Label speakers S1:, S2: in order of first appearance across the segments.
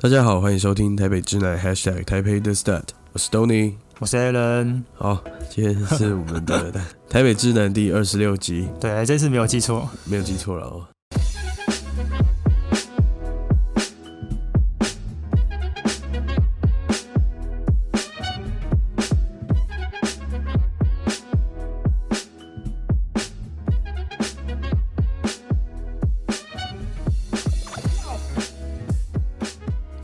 S1: 大家好，欢迎收听台北之南 #hashtag 台北的 stat，我是 Tony。
S2: 我是 Alan，
S1: 好，今天是我们的 台北之南第二十六集，
S2: 对，这次没有记错，
S1: 没有记错了哦。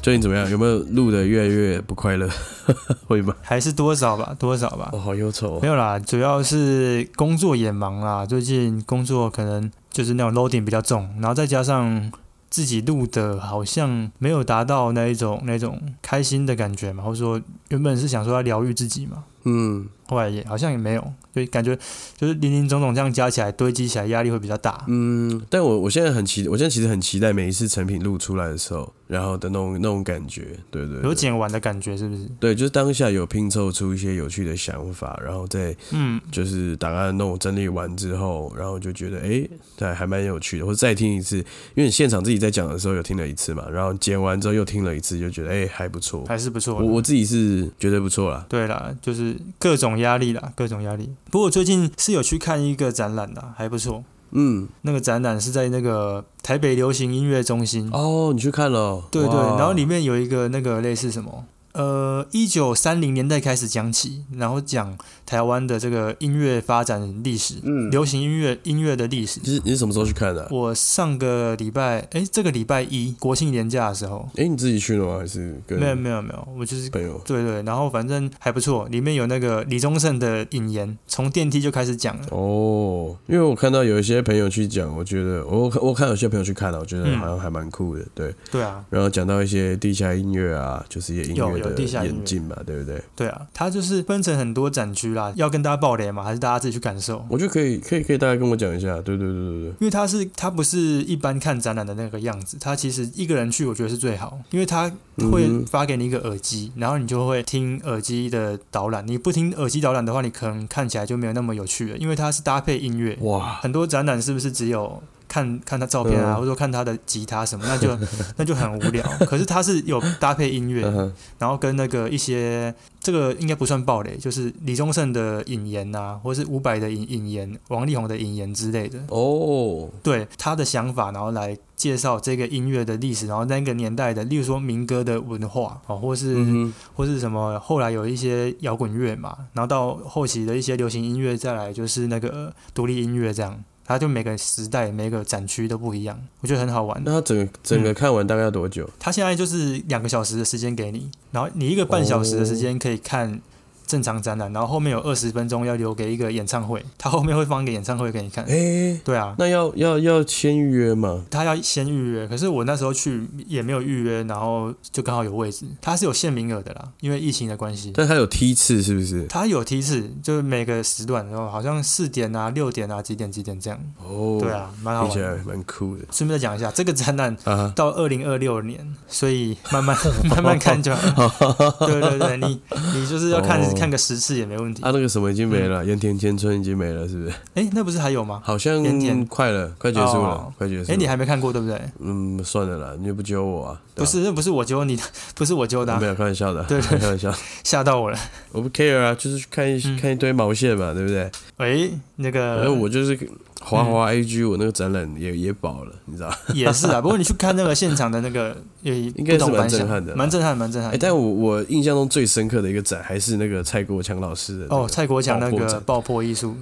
S1: 最近怎么样？有没有录的越来越不快乐？ 会吗？
S2: 还是多少吧，多少吧
S1: 我、，好忧愁、
S2: 没
S1: 哦。
S2: 有啦，主要是工作也忙啦，最近工作可能就是那种 loading 比较重，然后再加上自己录的，好像没有达到那一种那种开心的感觉嘛，或者说原本是想说要疗愈自己嘛，
S1: 嗯
S2: 后来也好像也没有，就感觉就是林林总总这样加起来堆积起来，压力会比较大。
S1: 嗯，但我我现在很期，我现在其实很期待每一次成品录出来的时候，然后的那种那种感觉，对对
S2: 有
S1: 对，
S2: 剪完的感觉是不是？
S1: 对，就是当下有拼凑出一些有趣的想法，然后再
S2: 嗯，
S1: 就是档案弄整理完之后，然后就觉得哎，诶对，还蛮有趣的，或者再听一次，因为你现场自己在讲的时候有听了一次嘛，然后剪完之后又听了一次，就觉得哎还不错，
S2: 还是不错
S1: 我
S2: 的。
S1: 我自己是觉得不错啦，
S2: 对啦，就是各种压力啦，各种压力。不过我最近是有去看一个展览的，还不错。
S1: 嗯，
S2: 那个展览是在那个台北流行音乐中心，
S1: 哦，你去看了哦，
S2: 对对，
S1: 哇
S2: 然后里面有一个那个类似什么，呃，一九三零年代开始讲起，然后讲台湾的这个音乐发展历史，
S1: 嗯
S2: 流行音乐音乐的历史。
S1: 你是你是什么时候去看的啊、
S2: 我上个礼拜，哎，这个礼拜一国庆年假的时候，
S1: 哎，你自己去了吗？还是跟
S2: 没有没有没有，我就是
S1: 朋友？
S2: 对对，然后反正还不错，里面有那个李宗盛的引言，从电梯就开始讲了。
S1: 哦，因为我看到有一些朋友去讲，我觉得我看我看有些朋友去看了，我觉得
S2: 嗯
S1: 好像还蛮酷的，对。
S2: 对啊，
S1: 然后讲到一些地下音乐啊，就是一些音乐
S2: 有有
S1: 的
S2: 地下音乐
S1: 演进嘛，对不对？
S2: 对啊，它就是分成很多展区啦，要跟大家爆雷嘛，还是大家自己去感受？
S1: 我觉得可以，可以，可以，大家跟我讲一下，对对对对对。
S2: 因为它是它不是一般看展览的那个样子，它其实一个人去我觉得是最好，因为它
S1: 嗯
S2: 会
S1: 哼
S2: 发给你一个耳机，然后你就会听耳机的导览。你不听耳机导览的话，你可能看起来就没有那么有趣了，因为它是搭配音乐。
S1: 哇，
S2: 很多展览是不是只有看看他照片啊，
S1: 嗯
S2: 或者说看他的吉他什么，那就 那就很无 聊。可是它是有搭配音乐，
S1: 嗯哼
S2: 然后跟那个一些这个应该不算暴雷，就是李宗盛的引言呐、或是伍佰的引引言、王力宏的引言之类的，
S1: 哦，
S2: 对他的想法，然后来介绍这个音乐的历史，然后那个年代的，例如说民歌的文化哦，或是、
S1: 嗯哼，
S2: 或是什么，后来有一些摇滚乐嘛，然后到后期的一些流行音乐，再来就是那个呃独立音乐这样。它就每个时代、每个展区都不一样，我觉得很好玩。
S1: 那他整个整个看完大概要多久？
S2: 他现在就是两个小时的时间给你，然后你一个半小时的时间可以看正常展览，然后后面有二十分钟要留给一个演唱会，他后面会放一个演唱会给 你看。
S1: 哎，
S2: 对啊，
S1: 那要要要先预约嘛？
S2: 他要先预约，可是我那时候去也没有预约，然后就刚好有位置，他是有限名额的啦，因为疫情的关系。
S1: 但他有梯次是不是？
S2: 他有提示，就是每个时段，然后好像四点啊、六点啊、几点几点这样。
S1: 哦，
S2: 对，啊，蛮
S1: 听
S2: 好
S1: 起
S2: 玩
S1: 来
S2: 的。
S1: 蛮酷的
S2: 顺便再讲一下，这个展览
S1: 啊。
S2: 到二零二六年，所以慢慢慢慢看就好 了。
S1: 啊
S2: 对对对，你你就是要看、
S1: 哦
S2: 看个十次也没问题。
S1: 啊，那个什么已经没
S2: 嗯
S1: 了，盐田千春已经没了，是不是？
S2: 哎，那不是还有吗？
S1: 好像
S2: 盐田
S1: 快了，快结束了
S2: 哦，
S1: 快结束
S2: 哎，你
S1: 了。
S2: 还没看过对不对？
S1: 嗯，算了啦，你又不揪我啊？对
S2: 不
S1: 吧，
S2: 是，那不是我揪你的， 不是我揪的啊、
S1: 没有开玩笑的，
S2: 对对
S1: 没有开玩 笑，
S2: 吓到我了。
S1: 我不 care 啊，就是去看一
S2: 嗯呃
S1: 看一堆毛线嘛，对不对？
S2: 喂，
S1: 反
S2: 那个
S1: 正我就是滑
S2: 嗯
S1: 滑 AG，我那个展览也也饱了，你知道？
S2: 也是 啊，不过你去看那个现场的那个，也应
S1: 该是蛮震撼的啦
S2: 蛮震撼，蛮震撼
S1: 哎，
S2: 的。
S1: 但我我印象中最深刻的一个展还是那个蔡国强老师的那个
S2: 哦，蔡国强那
S1: 爆破
S2: 个
S1: 展
S2: 爆破艺术，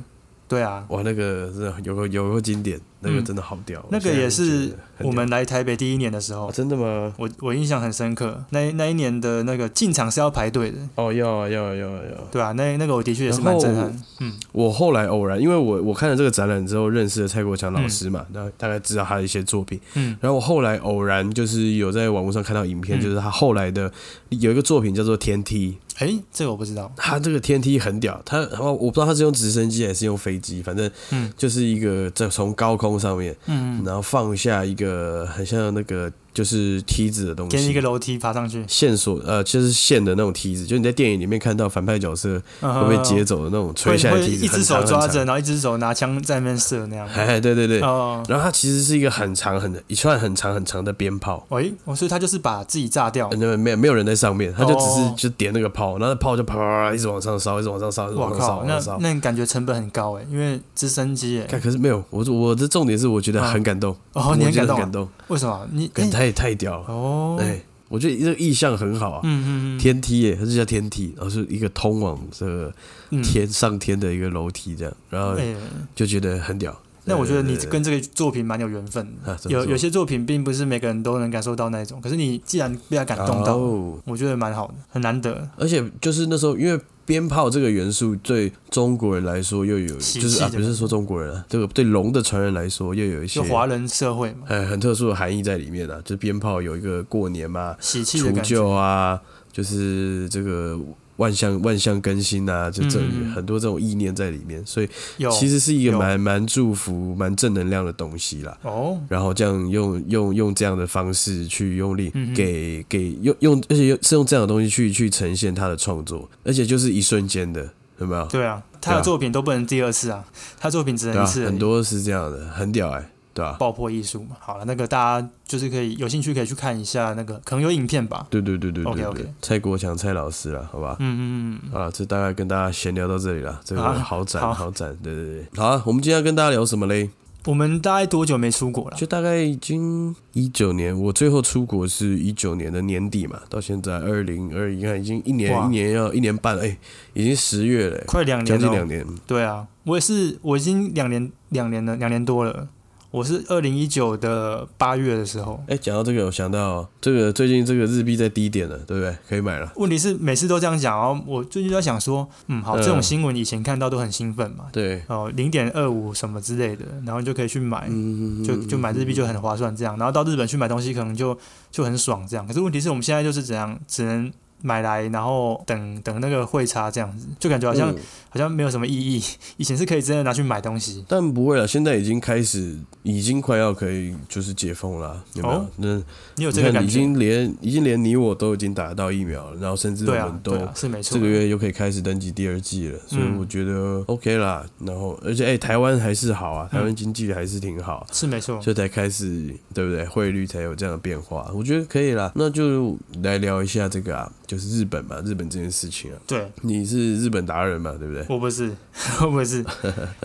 S2: 对啊，
S1: 哇，那个真的有个有个经典，那个
S2: 嗯
S1: 真的好屌，
S2: 那个也是我
S1: 现在觉得很屌
S2: 们来台北第一年的时候
S1: 哦，真的吗？
S2: 我我印象很深刻。那那一年的那个进场是要排队的，
S1: 哦，要啊要啊要啊要啊！
S2: 对啊，那那个我的确也是蛮震撼。嗯，
S1: 我后来偶然，因为我我看了这个展览之后，认识了蔡国强老师嘛，然后大概知道他的一些作品。
S2: 嗯，
S1: 然后我后来偶然就是有在网络上看到影片，
S2: 嗯
S1: 就是他后来的有一个作品叫做《天梯》，
S2: 哎、这个我不知道。
S1: 他这个天梯很屌，他我我不知道他是用直升机还是用飞机，反正
S2: 嗯
S1: 就是一个在从高空上面，
S2: 嗯，
S1: 然后放下一个很像那个就是梯子的东
S2: 给你一
S1: 西。
S2: 个楼梯爬上去，
S1: 线索呃，就是线的那种梯子，就你在电影里面看到反派角色嗯会被接
S2: 会
S1: 走的那种垂
S2: 嗯啊会
S1: 下来的梯子，
S2: 一只
S1: 很
S2: 手
S1: 长
S2: 抓
S1: 很
S2: 着，
S1: 长
S2: 然后一只手拿枪在那边射那样。
S1: 哎， 对对对，
S2: 哦，
S1: 然后它其实是一个很长很一串很长很长的鞭炮，
S2: 喂，哦，所以他就是把自己炸掉
S1: 呃。那没有没有人在上面，它就只
S2: 哦
S1: 是就点那个炮，然后那炮就啪啪啪一直往上烧，一直往上烧，一直
S2: 我
S1: 往上烧，
S2: 靠，
S1: 往
S2: 那
S1: 上烧。
S2: 那感觉成本很高哎，因为直升机耶。
S1: 看，可是没有，我我的重点是我觉得很感动，
S2: 哦，你
S1: 我
S2: 很
S1: 觉得
S2: 感
S1: 很
S2: 动啊
S1: 感？动，
S2: 为什么？你
S1: 感太
S2: 哎
S1: 太屌了，
S2: 哦，
S1: 哎，我觉得这个意象很好啊，
S2: 嗯嗯嗯，
S1: 天梯耶，它就叫天梯，然后是一个通往这个
S2: 嗯
S1: 天啊上天的一个楼梯这样，然后
S2: 哎，
S1: 就觉得很屌。
S2: 那我觉得你
S1: 对对对
S2: 跟这个作品蛮有缘分的。
S1: 啊怎么
S2: 有
S1: 说
S2: 有些作品并不是每个人都能感受到那一种，可是你既然被他感动到，
S1: 哦
S2: 我觉得蛮好的，很难得。
S1: 而且就是那时候，因为鞭炮这个元素对中国人来说又有，
S2: 喜
S1: 就是啊，
S2: 气的
S1: 不是说中国人啊，这个对龙的传人来说又有一些
S2: 就华人社会嘛，
S1: 很很特殊的含义在里面啊。就是鞭炮有一个过年嘛，
S2: 喜气的
S1: 除
S2: 感觉。
S1: 旧啊，就是这个万象万象更新啊，就这
S2: 嗯嗯嗯
S1: 很多这种意念在里面，所以
S2: 有，
S1: 其实是一个
S2: 有
S1: 蛮蛮祝福、蛮正能量的东西啦。
S2: 哦，
S1: 然后这样用用用这样的方式去用力
S2: 嗯哼
S1: 给、给用用，而且用是用这样的东西去去呈现他的创作，而且就是一瞬间的，有没有？
S2: 对啊，他的作品都不能第二次啊，他作品只
S1: 对
S2: 能一
S1: 啊，
S2: 次而已。
S1: 很多是这样的，很屌哎、对吧、
S2: 爆破艺术嘛。好了，那个大家就是可以有兴趣可以去看一下那个，可能有影片吧。
S1: 对对对对对对
S2: OK，OK
S1: 蔡国强蔡老师了，好吧？
S2: 嗯嗯嗯，
S1: 好了，这大概跟大家闲聊到这里了，这个
S2: 啊
S1: 好展、
S2: 好
S1: 好展，对对对。好、啊，我们今天要跟大家聊什么嘞？
S2: 我们大概多久没出国了？
S1: 就大概已经一九年，我最后出国是一九年的年底嘛，到现在二零二一，看已经一年
S2: 哇
S1: 一年要一年半了，哎、已经十月了、哎
S2: 快两
S1: 将
S2: 年
S1: 近
S2: 了、哦
S1: 两年，
S2: 对啊，我也是，我已经两年两年了，两年多了。我是二零一九的八月的时候，
S1: 哎，讲到这个，我想到这个最近这个日币在低点了，对不对？可以买了。
S2: 问题是每次都这样讲，然后我最近就在想说，嗯，好，
S1: 嗯
S2: 这种新闻以前看到都很兴奋嘛，
S1: 对，
S2: 哦，零点二五什么之类的，然后就可以去买，
S1: 嗯
S2: 就就买日币就很划算这样，然后到日本去买东西可能就就很爽这样。可是问题是我们现在就是怎样，只能买来然后等等那个汇差这样子，就感觉好像、
S1: 嗯
S2: 好像没有什么意义。以前是可以真的拿去买东西，
S1: 但不会了，现在已经开始，已经快要可以就是解封了，啊有没有？
S2: 哦
S1: 那
S2: 你有
S1: 你
S2: 这个
S1: 看，
S2: 感
S1: 已
S2: 觉？
S1: 经连已经连你我都已经打到疫苗了，然后甚至我
S2: 对啊
S1: 们，都
S2: 对啊，是没错
S1: 这个。月又可以开始登记第二季了，所以
S2: 嗯
S1: 我觉得 OK 啦。然后，而且哎，台湾还是好啊，台
S2: 嗯
S1: 湾经济还是挺好。
S2: 是没错，
S1: 所以才开始，对不对？汇率才有这样的变化，我觉得可以啦。那就来聊一下这个啊，就是日本嘛，日本这件事情啊。
S2: 对
S1: 你是日本达人嘛，对不对？
S2: 我不是，我 不是，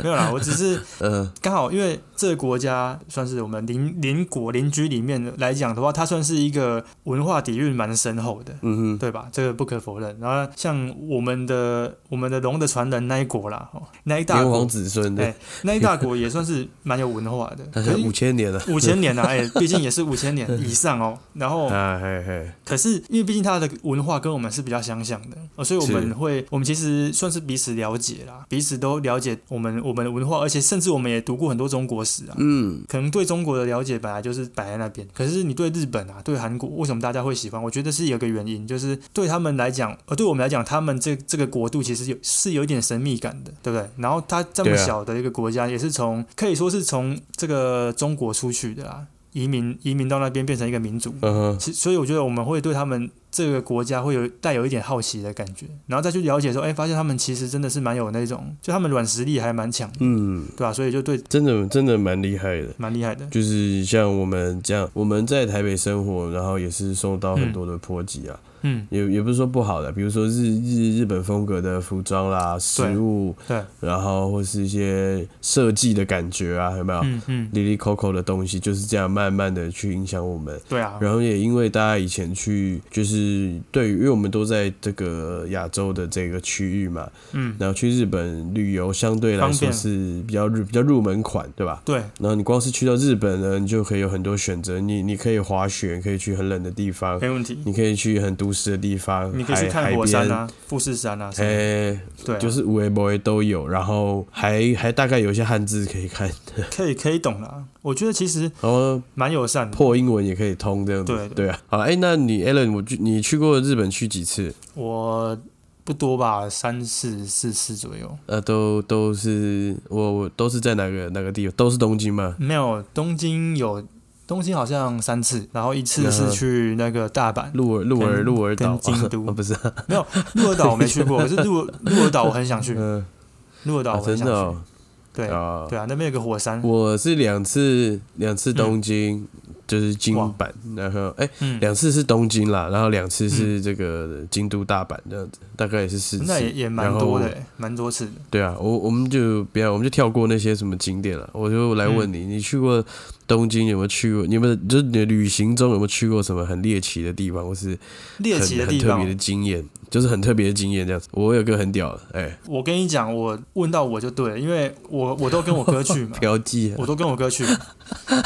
S2: 没有啦，我只是
S1: 嗯，
S2: 刚好因为这个国家算是我们邻邻国邻居里面的来讲的话，它算是一个文化底蕴蛮深厚的，
S1: 嗯哼，
S2: 对吧？这个不可否认。然后像我们的我们的龙的传人那一国啦，哦那一大
S1: 炎
S2: 国
S1: 黄子孙
S2: 哎
S1: 的，
S2: 那一大国也算是蛮有文化的，
S1: 他
S2: 可
S1: 是
S2: 是
S1: 五千年了，
S2: 五千年啊，哎、毕竟也是五千年以上哦。然后，
S1: 啊，嘿嘿，
S2: 可是因为毕竟它的文化跟我们是比较相像的，呃所以我们
S1: 是
S2: 会，我们其实算是彼此了解啦，彼此都了解我们我们的文化，而且甚至我们也读过很多中国史啊。
S1: 嗯，
S2: 可能对中国的了解本来就是摆在那边，可是你对日本啊，对韩国，为什么大家会喜欢？我觉得是有一个原因，就是对他们来讲，呃，对我们来讲，他们这这个国度其实有是有一点神秘感的，对不对？然后它这么
S1: 对啊
S2: 小的一个国家，也是从可以说是从这个中国出去的啦，移民移民到那边变成一个民族。
S1: 嗯哼，
S2: 其所以我觉得我们会对他们这个国家会有带有一点好奇的感觉，然后再去了解说，哎，发现他们其实真的是蛮有那种，就他们软实力还蛮强的，
S1: 嗯，
S2: 对吧、所以就对
S1: 真的真的蛮厉害的。
S2: 蛮厉害的。
S1: 就是像我们这样，我们在台北生活，然后也是受到很多的波及啊，
S2: 嗯，
S1: 也也不是说不好的，比如说日日日本风格的服装啦、食物，
S2: 对，
S1: 然后或是一些设计的感觉啊，有没有？
S2: 嗯嗯，
S1: 里里口口的东西就是这样慢慢的去影响我们，
S2: 对啊，
S1: 然后也因为大家以前去就是对于，因为我们都在这个亚洲的这个区域嘛，
S2: 嗯，
S1: 然后去日本旅游相对来
S2: 方
S1: 说
S2: 便
S1: 是比较入比较入门款，对吧？
S2: 对，
S1: 然后你光是去到日本呢，你就可以有很多选择，你你可以滑雪，可以去很冷的地方，
S2: 没问题。
S1: 你可以去很都市的地方，
S2: 你可以去
S1: 海
S2: 看火山，啊、富士山啊，
S1: 海
S2: 什么的
S1: 边哎，
S2: 对啊，
S1: 就是无为 boy 都有，然后还还大概有一些汉字可以看，
S2: 可以可以懂啦。我觉得其实
S1: 然后
S2: 蛮友善的。
S1: 破英文也可以通这样子。
S2: 对对
S1: 啊，好，哎、那你 Alan，我去你去过日本去几次？
S2: 我不多吧，三四四次左右。
S1: 呃，都都是我我都是在哪个哪个地方？都是东京吗？
S2: 没有东京有东京好像三次，然后一次
S1: 嗯
S2: 是
S1: 哼
S2: 去那个大阪，
S1: 鹿儿鹿儿
S2: 跟
S1: 鹿儿岛
S2: 跟 京都
S1: 啊不是啊，
S2: 没有鹿儿岛我没去过，可是鹿鹿儿岛我很想去，
S1: 嗯，
S2: 鹿儿岛
S1: 啊
S2: 我很
S1: 真
S2: 想
S1: 的
S2: 去，
S1: 哦
S2: 对
S1: 啊，
S2: 对啊，那边有个火山，
S1: 我是两次两次东京，
S2: 嗯
S1: 就是京
S2: 哇
S1: 阪，然后哎
S2: 嗯，
S1: 两次是东京啦，然后两次是这个京都大阪这样子，大概也是四次。
S2: 那也也蛮
S1: 然后
S2: 多的欸，蛮多次的，
S1: 对啊，我我们就不要，我们就跳过那些什么景点了。我就来问
S2: 嗯
S1: 你，你去过东京有没有去过？你们就是你的旅行中有没有去过什么很猎奇的地方，或是
S2: 猎
S1: 很
S2: 奇的
S1: 很
S2: 地
S1: 特
S2: 方
S1: 别的，经验？就是很特别的经验这样子。我有个很屌的，哎、
S2: 我跟你讲，我问到我就对了，因为我我都跟我 哥去嘛，
S1: 嫖妓、啊，
S2: 我都跟我 哥去，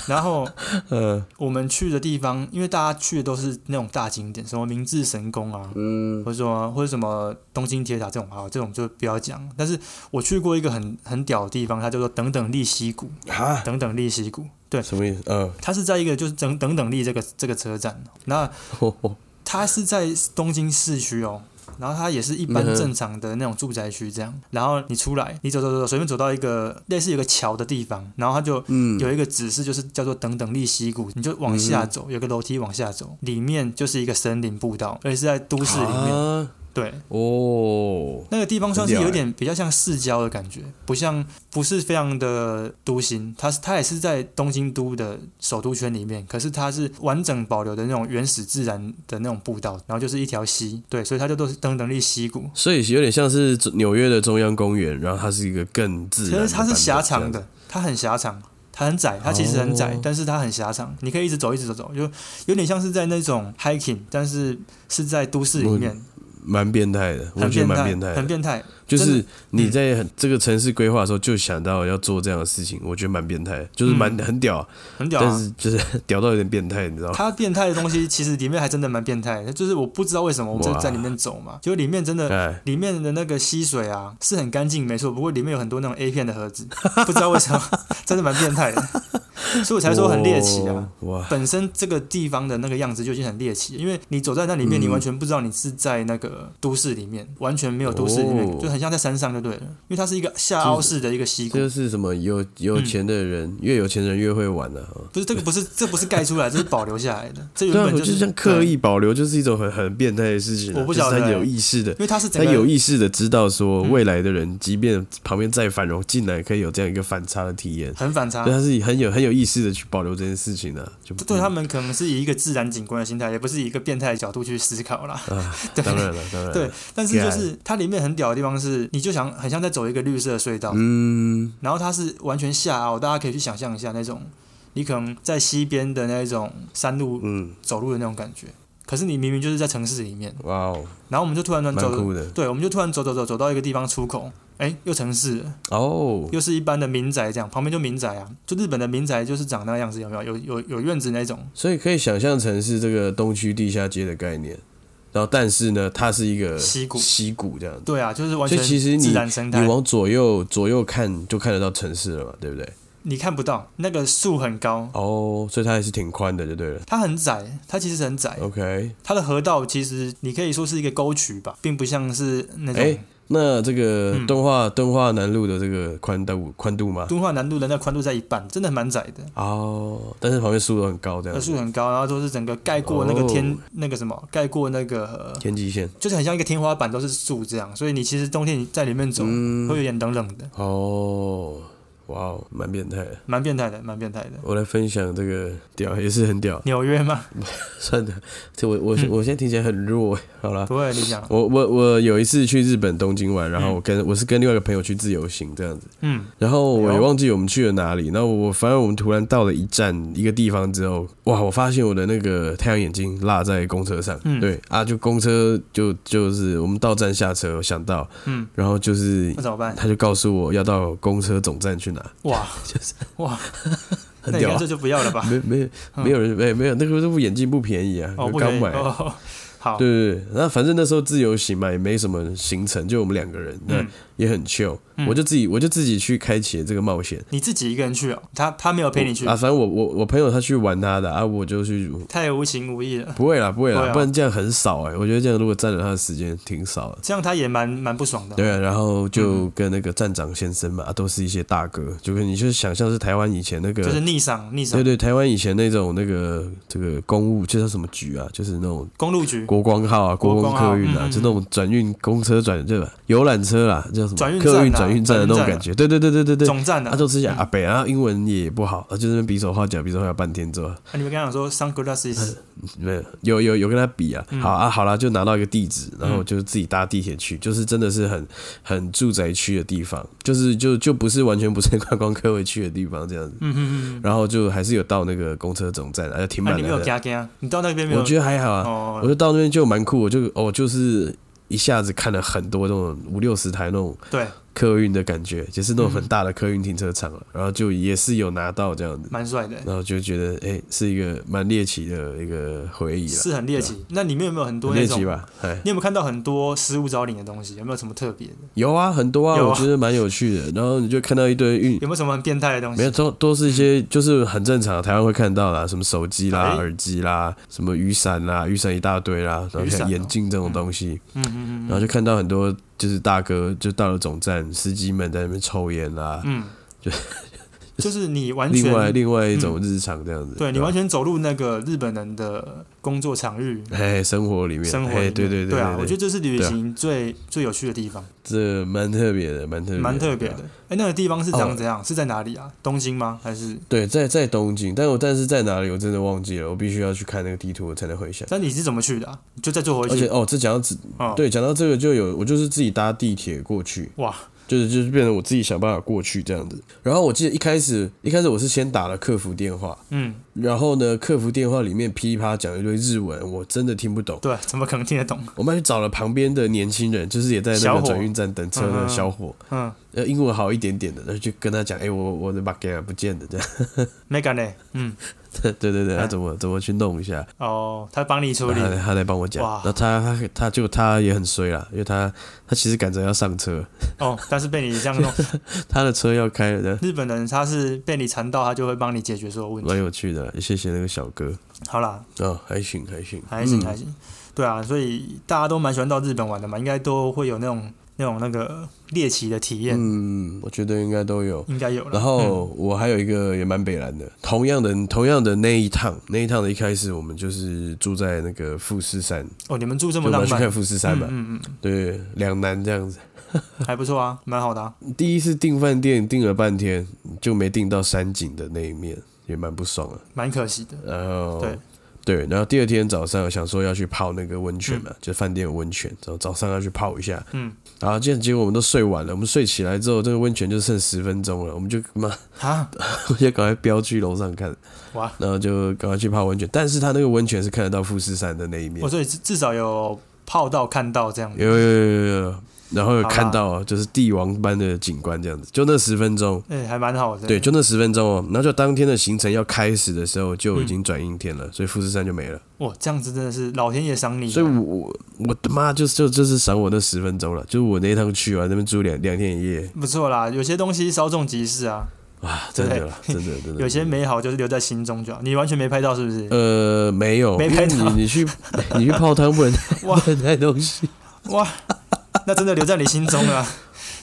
S2: 然后
S1: 呃，
S2: 我们去的地方，因为大家去的都是那种大景点，什么明治神宫啊，
S1: 嗯
S2: 或者说或者什么东京铁塔这种啊，这种就不要讲。但是我去过一个很很屌的地方，它叫做等等利息谷，
S1: 啊，
S2: 等等利息谷，对，
S1: 什么意思？ 嗯、
S2: 它是在一个就是等等等利这个这个车站，哦那
S1: 吼吼
S2: 它是在东京市区哦。然后它也是一般
S1: 嗯哼
S2: 正常的那种住宅区这样，然后你出来，你走走走，走随便走到一个类似有个桥的地方，然后它就
S1: 嗯，
S2: 有一个指示，就是叫做等等利溪谷，你就往下
S1: 嗯
S2: 走，有个楼梯往下走，里面就是一个森林步道，而且是在都市里面。
S1: 啊、
S2: 对，
S1: 哦，
S2: 那个地方算是
S1: 很屌欸
S2: 有点比较像市郊的感觉，不像不是非常的都心，它是它也是在东京都的首都圈里面，可是它是完整保留的那种原始自然的那种步道，然后就是一条溪，对，所以它就都是等等利溪谷。
S1: 所以有点像是纽约的中央公园，然后它是一个更自
S2: 其
S1: 然的版本这
S2: 实它
S1: 样子，
S2: 是狭长的，它很狭长，它很窄，它其实很窄，
S1: 哦
S2: 但是它很狭长，你可以一直走，一直走走，就有点像是在那种 hiking，但是是在都市里面，
S1: 蛮变态的，我
S2: 很
S1: 觉得
S2: 变
S1: 蛮
S2: 态，
S1: 变态的
S2: 很。变态。
S1: 就
S2: 真
S1: 是
S2: 的嗯
S1: 你在很这个城市规划的时候就想到要做这样的事情，我觉得蛮变态，就是蛮很屌啊，
S2: 很屌、
S1: 但
S2: 嗯啊。
S1: 是就是 屌到有点变态，你知道吗？
S2: 它变态的东西，其实里面还真的蛮变态的，就是我不知道为什么我们就
S1: 哇
S2: 在里面走嘛，就里面真的。
S1: 哎，
S2: 里面的那个溪水啊，是很干净，没错。不过里面有很多那种 A 片的盒子，不知道为什么， 真的蛮变态的， 所以我才说很猎奇啊。
S1: 哦！哇，
S2: 本身这个地方的那个样子就已经很猎奇，因为你走在那里面，
S1: 嗯
S2: 你完全不知道你是在那个都市里面，完全没有都市里面，
S1: 哦
S2: 就很像在山上就对了，因为它是一个下凹式的一嗯个溪谷
S1: 这。就是什么有有钱的人，越有钱的人越会玩的、啊。
S2: 不是这个，不是这不是盖出来，这是保留下来的。这
S1: 对
S2: 原
S1: 啊，
S2: 本
S1: 我
S2: 就
S1: 就是像刻，意保留，就是一种很很变态的事情啊、
S2: 我不
S1: 就是
S2: 晓得
S1: 他
S2: 欸
S1: 有意识的
S2: 对因，为它是整
S1: 他
S2: 个
S1: 有意识的知道说，
S2: 嗯
S1: 未来的人即便旁边再繁荣，进来可以有这样一个反差的体验。
S2: 很反差
S1: 对，，他是很有很有意识的去保留这件事情的、啊就
S2: 啊对他们可能是以一个自然景观的心
S1: 嗯
S2: 态，也不是以一个变态的角度去思考啦。
S1: 啊，
S2: 对
S1: 当然了，当然了，
S2: 对，但是就是它里面很屌的地方是，你就想很像在走一个绿色的隧道，
S1: 嗯，
S2: 然后它是完全下凹，大家可以去想象一下那种，你可能在西边的那种山路
S1: 嗯，
S2: 走路的那种感觉，可是你明明就是在城市里面，
S1: 哇哦，
S2: 然后我们就突然转
S1: 蛮
S2: 走，
S1: 酷的
S2: 对，我们就突然走走走走到一个地方出口，哎，又城市了，
S1: 哦。
S2: 又是一般的民宅这样，旁边就民宅啊，就日本的民宅就是长那个样子，有没有？有有有院子那种，
S1: 所以可以想象成是这个东区地下街的概念，然后但是呢，它是一个
S2: 溪谷
S1: 溪谷这样子。
S2: 对啊，就是完
S1: 所
S2: 全
S1: 以其实
S2: 自
S1: 你
S2: 然生态，
S1: 你往左右左右看就看得到城市了嘛，对不对？
S2: 你看不到那个树很高，
S1: 哦，所以它还是挺宽的，就对了。
S2: 它很窄，它其实很窄，
S1: OK，
S2: 它的河道其实你可以说是一个沟渠吧，并不像是那种。
S1: 哎那这个
S2: 嗯
S1: 敦化敦化南路的这个宽度宽度吗？
S2: 敦化南路的那宽度在一半，真的蛮窄的，
S1: 哦，但是旁边树都很高，这
S2: 呃，
S1: 样
S2: 树
S1: 子。
S2: 很高，然后都是整个盖过那个
S1: 哦
S2: 天、那个什么，盖过那个，
S1: 天际线。
S2: 就是很像一个天花板，都是树这样，所以你其实冬天你在里面走、
S1: 嗯
S2: 会有点冷冷的，
S1: 哦，哇哦，蛮变态的。
S2: 蛮变态的，蛮变态的。
S1: 我来分享这个屌，也是很屌。
S2: 纽 约吗？
S1: 算了，这我
S2: 嗯
S1: 我我现在听起来很弱欸。好啦，
S2: 不会，你想，
S1: 我我我有一次去日本东京玩，然后我跟、我是跟另外一个朋友去自由行这样子，
S2: 嗯，
S1: 然后我
S2: 哎
S1: 也
S2: 呦
S1: 忘记我们去了哪里，然后我反正我们突然到了一站一个地方之后，哇，我发现我的那个太阳眼镜落在公车上，
S2: 嗯
S1: 对啊，就公车就就是我们到站下车，我想到，
S2: 嗯，
S1: 然后就是
S2: 那。怎么办？
S1: 他 就告诉我要到公车总站去拿，
S2: 哇，哇，
S1: 很
S2: 那你
S1: 屌、
S2: 干
S1: 啊
S2: 脆，就不要 了吧？
S1: 没没没有人没没有那个那副眼镜不便宜啊，
S2: 哦，不可
S1: 刚
S2: 以
S1: 买、
S2: 哦，好，
S1: 对对对，那反正那时候自由行嘛，也没什么行程，就我们两个人。那
S2: 嗯
S1: 也很 chill，、
S2: 嗯
S1: 我就自己我就自己去开启了这个冒险。
S2: 你自己一个人去哦，他他没有陪你去，
S1: 啊，反正我我我朋友他去玩他的啊，我就去
S2: 太无情无义了，
S1: 不会啦不会啦，
S2: 对啊
S1: 不然这样很少哎、我觉得这样如果占了他的时间挺少的。
S2: 这样他也蛮蛮不爽的。
S1: 对啊，然后就跟那个站长先生
S2: 嗯
S1: 嘛，啊都是一些大哥，就跟你就是想象是台湾以前那个，
S2: 就是逆商逆商
S1: 对对，台湾以前那种那个这个公务，这叫什么局啊？就是那种
S2: 公路局
S1: 国光号啊、国
S2: 国
S1: 光
S2: 光号
S1: 客运啊，
S2: 嗯嗯
S1: 就那种转运公车转对吧？游览车啦，叫什么？
S2: 转运站啊
S1: 客运转运站的那种感觉。对对对对对对。
S2: 总站的、
S1: 他
S2: 啊
S1: 就只讲阿北，然后英文也不好，啊他就在那边比手画脚，比手画脚半天之后，
S2: 啊你们刚刚讲说
S1: 呃
S2: sunglasses
S1: 没有有有有跟他比啊，好啊，好啦，就拿到一个地址，然后
S2: 嗯
S1: 就自己搭地铁去，就是真的是很很住宅区的地方，就是就就不是完全不是观光客会去的地方这样子，
S2: 嗯嗯嗯，
S1: 然后就还是有到那个公车总站，然后停
S2: 啊
S1: 满
S2: 你没
S1: 了
S2: 有。加加，你到那边没有？
S1: 我觉得还好啊，
S2: 哦
S1: 我就到那边就蛮酷，我就哦就是一下子看了很多那种五六十台那种
S2: 对，
S1: 客运的感觉，就是那种
S2: 嗯
S1: 很大的客运停车场了，然后就也是有拿到这样子，
S2: 蛮帅的，
S1: 然后就觉得哎、是一个蛮猎奇的一个回忆了，
S2: 是很猎奇。那里面有没有很多
S1: 啊很猎
S2: 那种
S1: 奇？吧？哎，
S2: 你有没有看到很多失物招领的东西？有没有什么特别的？
S1: 有啊，很多啊，
S2: 有啊
S1: 我觉得蛮有趣的。然后你就看到一堆运，
S2: 有没有什么很变态的东西？
S1: 没有都都是一些就是很正常的，台湾会看到啦，什么手机啦、
S2: 嗯哎
S1: 耳机啦、什么雨伞啦、雨伞一大堆啦，然后
S2: 雨伞
S1: 像
S2: 哦
S1: 眼镜这种东西，
S2: 嗯嗯嗯
S1: 然后就看到很多就是大哥就到了总站，司机们在那边抽烟啦。
S2: 嗯，
S1: 就
S2: 就是你完 全嗯
S1: 另外另外一种日常这样子，
S2: 对你
S1: 吧
S2: 完全走入那个日本人的工作场域、
S1: 哎生活里面，
S2: 生活里
S1: 哎
S2: 面，
S1: 对对
S2: 对啊，我觉
S1: 对，
S2: 得这是旅行最最有趣的地方，
S1: 这蛮特别的，蛮特别的
S2: 蛮特
S1: 对
S2: 别
S1: 啊
S2: 的。哎，那个地方是
S1: 哦
S2: 长怎样？是在哪里啊？东京吗？还是？
S1: 对，在在东京，但我但是在哪里我真的忘记了，我必须要去看那个地图我才能回想。
S2: 那你是怎么去的啊？你就再坐回
S1: 而且
S2: 去？
S1: 哦，这讲到自
S2: 哦，
S1: 对，讲到这个就有，我就是自己搭地铁过去，
S2: 哇，
S1: 就是就是变成我自己想办法过去这样子。然后我记得一开始一开始我是先打了客服电话，
S2: 嗯，
S1: 然后呢，客服电话里面噼里啪啦讲一堆日文，我真的听不懂。
S2: 对，怎么可能听得懂？
S1: 我们还去找了旁边的年轻人，就是也在那
S2: 小
S1: 个
S2: 伙
S1: 转运站等车的
S2: 嗯
S1: 小伙，
S2: 嗯
S1: 呃，英文好一点点的，然后就跟他讲，哎、我我的 b a g a 不见了，这样，
S2: ，mega 呢？嗯，
S1: 对对对，
S2: 嗯
S1: 他怎么怎么去弄一下，
S2: 哦，他帮你处理
S1: 然后，他他来帮我讲
S2: 哇，
S1: 那他他他就他也很衰啦，因为他他其实赶着要上车，
S2: 哦，但是被你这 样弄，
S1: 他的车要开了的，
S2: 日本人他是被你缠到，他就会帮你解决所有问
S1: 蛮
S2: 题。
S1: 有趣的，谢谢那个小哥
S2: 好啦，
S1: 哦，还行还行
S2: 还
S1: 嗯
S2: 行还行，对啊，所以大家都蛮喜欢到日本玩的嘛，应该都会有那种那种那个猎奇的体验，
S1: 嗯，我觉得应该都有。
S2: 应该有了。
S1: 然后
S2: 嗯
S1: 我还有一个也蛮北蓝的，同样的同样的那一趟那一趟的一开始，我们就是住在那个富士山，
S2: 哦，你们住这
S1: 就
S2: 么
S1: 我们要
S2: 浪
S1: 去
S2: 漫，
S1: 看富士山嘛，
S2: 嗯嗯嗯
S1: 对，两难这样子。
S2: 嗯，还不错啊，蛮好的、啊。
S1: 第一次订饭店订了半天，就没订到山景的那一面，也蛮不爽的。
S2: 蛮可惜的。
S1: 然后
S2: 对
S1: 对，然后第二天早上想说要去泡那个温泉嘛，就饭店有温泉，然后早上要去泡一下。
S2: 嗯，
S1: 然后结结果我们都睡晚了，我们睡起来之后，这个温泉就剩十分钟了，我们就妈，
S2: 哈，
S1: 我 就赶快飙去楼上看，
S2: 哇，
S1: 然后就赶快去泡温泉。但是他那个温泉是看得到富士山的那一面
S2: 我，所以至至少有泡到看到这样。
S1: 有有有有有，然后有
S2: 好啦
S1: 看到啊就是帝王般的景观这样子，就那十分钟。
S2: 哎、还蛮好的。
S1: 对，就那十分钟哦，然后就当天的行程要开始的时候就
S2: 嗯
S1: 已经转阴天了，所以富士山就没了。
S2: 哇，这样子真的是老天爷赏你啊。
S1: 所以我我我的妈，就是就就是赏我那十分钟了，就是我那一趟去啊完那边住两两天一夜，
S2: 不错啦，有些东西稍纵即逝啊，
S1: 哇，真的
S2: 对
S1: 啦，真的真的。
S2: 有些美好就是留在心中就好。你完全没拍到是 不是？
S1: 呃没有，
S2: 没
S1: 因为
S2: 拍到
S1: 你你去 你去泡汤不能
S2: 哇
S1: 不能带东西，
S2: 那真的留在你心中 了啊，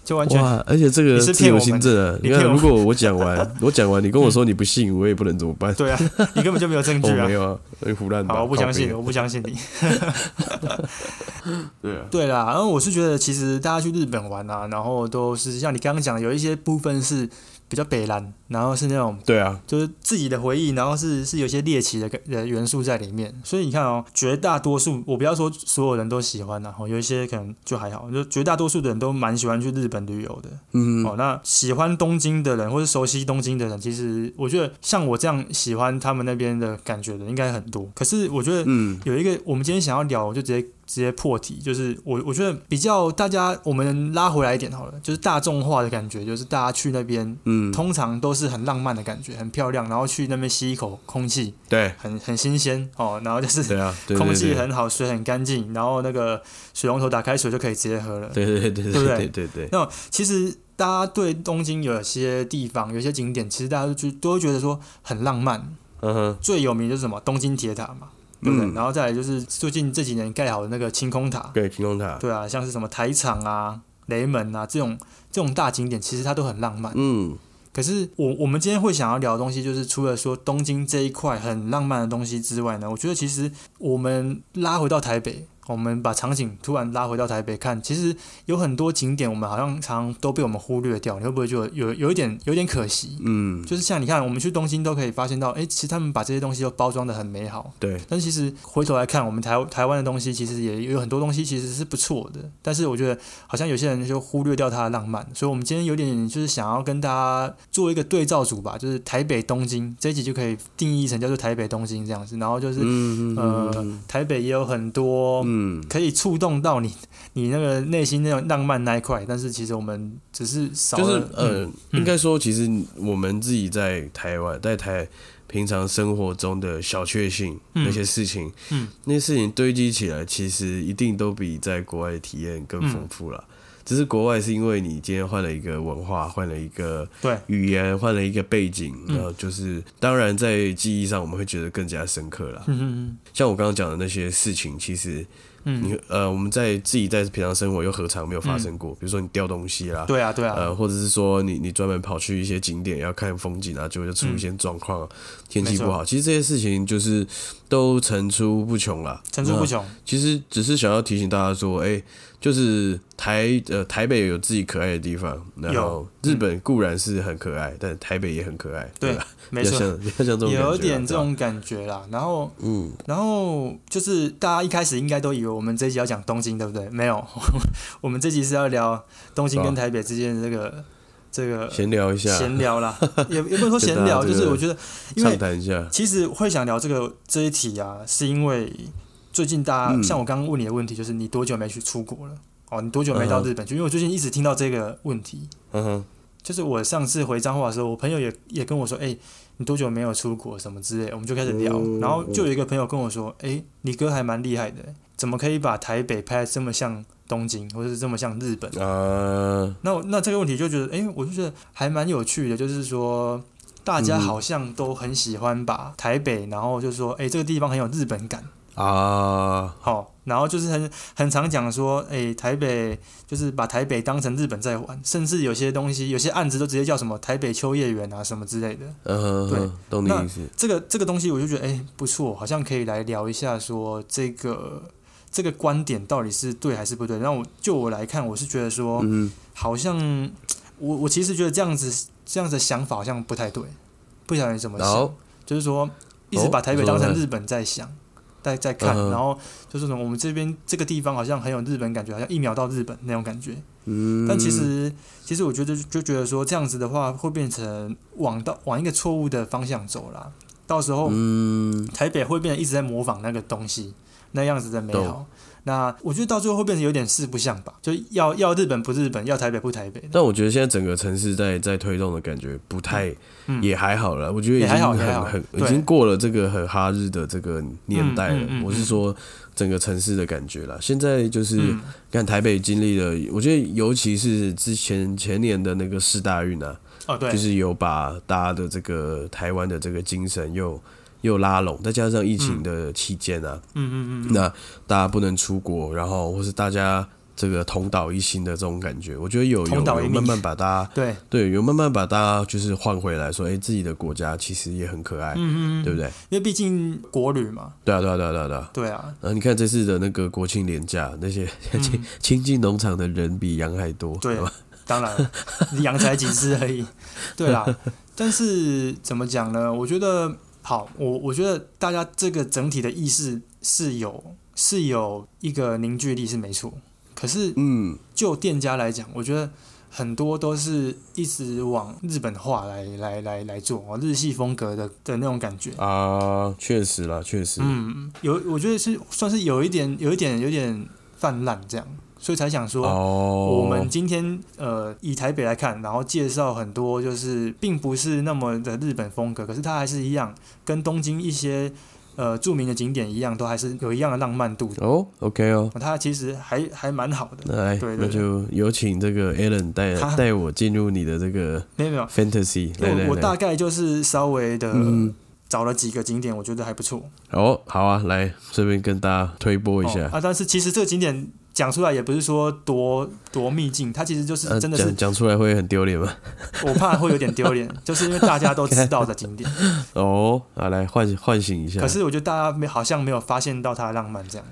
S2: 就完全
S1: 哇！而且这个
S2: 你是
S1: 自
S2: 骗
S1: 由
S2: 我们
S1: 行政啊，
S2: 你
S1: 你看
S2: 骗我
S1: 如
S2: 们
S1: 果
S2: 嗯
S1: 我讲 完我讲完，你跟我说你不信，我也不能怎么办。
S2: 对啊，你根本就没有证
S1: 我
S2: 据啊
S1: 没。有啊，哎胡乱吧
S2: 好，我不相信，
S1: 靠
S2: 我不相信你。
S1: 背对啊，
S2: 对啦，然后我是觉得，其实大家去日本玩啊，然后都是像你刚刚讲的，有一些部分是比较北蓝，然后是那种
S1: 对啊，
S2: 就是自己的回忆，然后是是有一些猎奇的个的元素在里面。所以你看哦，绝大多数我不要说所有人都喜欢、啊，然后有一些可能就还好，就绝大多数的人都蛮喜欢去日本旅游的。
S1: 嗯，
S2: 哦，那喜欢东京的人或是熟悉东京的人，其实我觉得像我这样喜欢他们那边的感觉的应该很多。可是我觉得，
S1: 嗯，
S2: 有一个我们今天想要聊，我就直接直接破题，就是我我觉得比较大家我们拉回来一点好了，就是大众化的感觉，就是大家去那边
S1: 嗯，
S2: 通常都是很浪漫的感觉，很漂亮，然后去那边吸一口空气，
S1: 对，
S2: 很很新鲜哦，然后就是
S1: 对啊，对
S2: 空气
S1: 对对
S2: 很好，水很干净，然后那个水龙头打开水就可以直接喝了。
S1: 对对对
S2: 对不
S1: 对
S2: 对
S1: 对对对，
S2: 那其实大家对东京有些地方、有些景点，其实大家都觉都会觉得说很浪漫。
S1: 嗯哼，
S2: 最有名就是什么东京铁塔嘛，对不对？
S1: 嗯
S2: 然后再来就是最近这几年盖好的那个晴空塔，
S1: 对，晴空塔，
S2: 对啊，像是什么台场啊、雷门啊这种这种大景点，其实它都很浪漫。
S1: 嗯，
S2: 可是我我们今天会想要聊的东西，就是除了说东京这一块很浪漫的东西之外呢，我觉得其实我们拉回到台北，我们把场景突然拉回到台北看，其实有很多景点我们好像常都被我们忽略掉，你会不会就有有一点有点可惜？
S1: 嗯，
S2: 就是像你看，我们去东京都可以发现到，诶，其实他们把这些东西都包装的很美好。
S1: 对，
S2: 但其实回头来看，我们台台湾的东西，其实也有很多东西其实是不错的，但是我觉得好像有些人就忽略掉它的浪漫，所以我们今天有点就是想要跟大家做一个对照组吧，就是台北东京这一集就可以定义成叫做台北东京这样子，然后就是、
S1: 嗯
S2: 呃台北也有很多
S1: 嗯，
S2: 呃可以触动到你你那个内心那种浪漫那一块，但是其实我们只是少
S1: 就是
S2: 了
S1: 呃
S2: 嗯，
S1: 应该说，其实我们自己在台湾，在台平常生活中的小确幸
S2: 嗯
S1: 那些事情，
S2: 嗯，
S1: 那些事情堆积起来，其实一定都比在国外的体验更丰富了。
S2: 嗯
S1: 只是国外是因为你今天换了一个文化，换了一个
S2: 对
S1: 语言，换了一个背景，
S2: 嗯
S1: 然后就是当然在记忆上我们会觉得更加深刻啦。
S2: 嗯嗯
S1: 像我刚刚讲的那些事情，其实
S2: 嗯
S1: 你
S2: 嗯，
S1: 呃我们在自己在平常生活又何尝没有发生过？比如说你掉东西啦，
S2: 对啊对啊，
S1: 呃，或者是说你你专门跑去一些景点要看风景啊，结果就出一些状
S2: 嗯
S1: 况啊，天气不好，其实这些事情就是都层出不穷啦，
S2: 层出不
S1: 那
S2: 穷，
S1: 其实只是想要提醒大家说，哎、就是台呃台北有自己可爱的地方，然后日本固然是很可爱，但台北也很可爱，
S2: 嗯对
S1: 吧？
S2: 没
S1: 比较
S2: 错。
S1: 像比较像这种感觉啊
S2: 有点这
S1: 对吧
S2: 种感觉啦。然后，
S1: 嗯，
S2: 然后就是大家一开始应该都以为我们这一集要讲东京，对不对？没有， 我们这集是要聊东京跟
S1: 哦
S2: 台北之间的这个、这个
S1: 闲聊一下，
S2: 闲聊啦，也也不能说闲聊，
S1: 跟大家这
S2: 就
S1: 个
S2: 是我觉得，因
S1: 畅
S2: 为
S1: 谈一下，
S2: 其实会想聊这个这一题啊，是因为最近大家、
S1: 嗯
S2: 像我刚刚问你的问题，就是你多久没去出国了？哦，你多久没到
S1: 嗯哼
S2: 日本去？因为我最近一直听到这个问题，
S1: 嗯哼，
S2: 就是我上次回彰化的时候，我朋友也也跟我说，哎、你多久没有出国什么之类，我们就开始聊，
S1: 嗯
S2: 然后就有一个朋友跟我说，哎、你哥还蛮厉害的，怎么可以把台北拍得这么像东京，或者是这么像日本？
S1: 啊，
S2: 那我那这个问题就觉得，哎、我就觉得还蛮有趣的，就是说。大家
S1: 嗯
S2: 好像都很喜欢把台北，然后就说，哎、这个地方很有日本感，
S1: 啊，
S2: 好、然后就是很很常讲说，诶、台北就是把台北当成日本在玩，甚至有些东西，有些案子都直接叫什么台北秋叶原啊什么之类的。
S1: 嗯
S2: 对
S1: 哼，懂你
S2: 那
S1: 意思，
S2: 这个这个东西，我就觉得，诶、不错，好像可以来聊一下说这个这个观点到底是对还是不对。然后我就我来看，我是觉得说，
S1: 嗯，
S2: 好像我我其实觉得这样子这样子的想法好像不太对，不晓得你怎么
S1: 然
S2: 想
S1: 后，
S2: 就是说一
S1: 哦
S2: 直把台北当成日本在想，在在看，
S1: 嗯
S2: 然后就是什么我们这边这个地方好像很有日本感觉，好像一秒到日本那种感觉。
S1: 嗯，
S2: 但其实其实我觉得就就觉得说这样子的话会变成往到往一个错误的方向走啦，到时候
S1: 嗯，
S2: 台北会变得一直在模仿那个东西，那样子的美好
S1: 懂。
S2: 那我觉得到最后会变成有点四不像吧，就要要日本不日本，要台北不台北的。
S1: 但我觉得现在整个城市在在推动的感觉不太，
S2: 嗯
S1: 也还好了。我觉得已
S2: 也
S1: 经
S2: 还好
S1: 很
S2: 也还好
S1: 很
S2: 对
S1: 已经过了这个很哈日的这个年代
S2: 嗯嗯嗯
S1: 了。我是说整个城市的感觉啦。现在就是
S2: 嗯，
S1: 看台北经历了，我觉得尤其是之前前年的那个四大运啊，
S2: 哦对，
S1: 就是有把大家的这个台湾的这个精神又又拉拢，再加上疫
S2: 嗯
S1: 情的期间啊，
S2: 嗯嗯嗯，
S1: 那大家不能出国，然后或是大家。这个同岛一心的这种感觉，我觉得有有
S2: 同岛一
S1: 有
S2: 命
S1: 慢慢把大家
S2: 对，
S1: 对，有慢慢把大家就是换回来说，哎、自己的国家其实也很可爱，
S2: 嗯嗯嗯，
S1: 对不对？
S2: 因为毕竟国旅嘛，
S1: 对啊，对啊，对啊，对啊，对啊。
S2: 对啊，
S1: 然后你看这次的那个国庆连假，那些 亲亲近农场的人比羊还多，
S2: 嗯对
S1: 吧？
S2: 当然养才几只而 已，对啦。但是怎么讲呢？我觉得好，我我觉得大家这个整体的意识是有是有一个凝聚力是没错，可是
S1: 嗯，
S2: 就店家来讲，我觉得很多都是一直往日本化来来来来做哦，日系风格的的那种感觉。
S1: 啊，确实啦，确实，
S2: 嗯，有我觉得是算是有一点有一点有一点泛滥这样，所以才想说。
S1: 哦，
S2: 我们今天呃以台北来看，然后介绍很多就是并不是那么的日本风格，可是它还是一样跟东京一些呃著名的景点一样，都还是有一样的浪漫度的。
S1: 哦，OK 哦，
S2: 它其实还还蛮好的，
S1: 那来，
S2: 对对
S1: 那就有请这个 Alan 带
S2: 他
S1: 带我进入你的这个
S2: 没有没有，
S1: fantasy，来来
S2: 我我大
S1: 来，
S2: 概就是稍微的
S1: 嗯
S2: 找了几个景点，我觉得还不错。
S1: 哦，好啊，来顺便跟大家推播一
S2: 哦
S1: 下，
S2: 啊，但是其实这个景点讲出来也不是说多多秘境，它其实就是
S1: 呃
S2: 哦真的
S1: 讲
S2: 是
S1: 讲出来会很丢脸吗？
S2: 我怕会有点丢脸，就是因为大家都知道 的景点，
S1: 哦，啊，来唤唤醒一下
S2: 可是我觉得大家没好像没有发现到它的浪漫这样。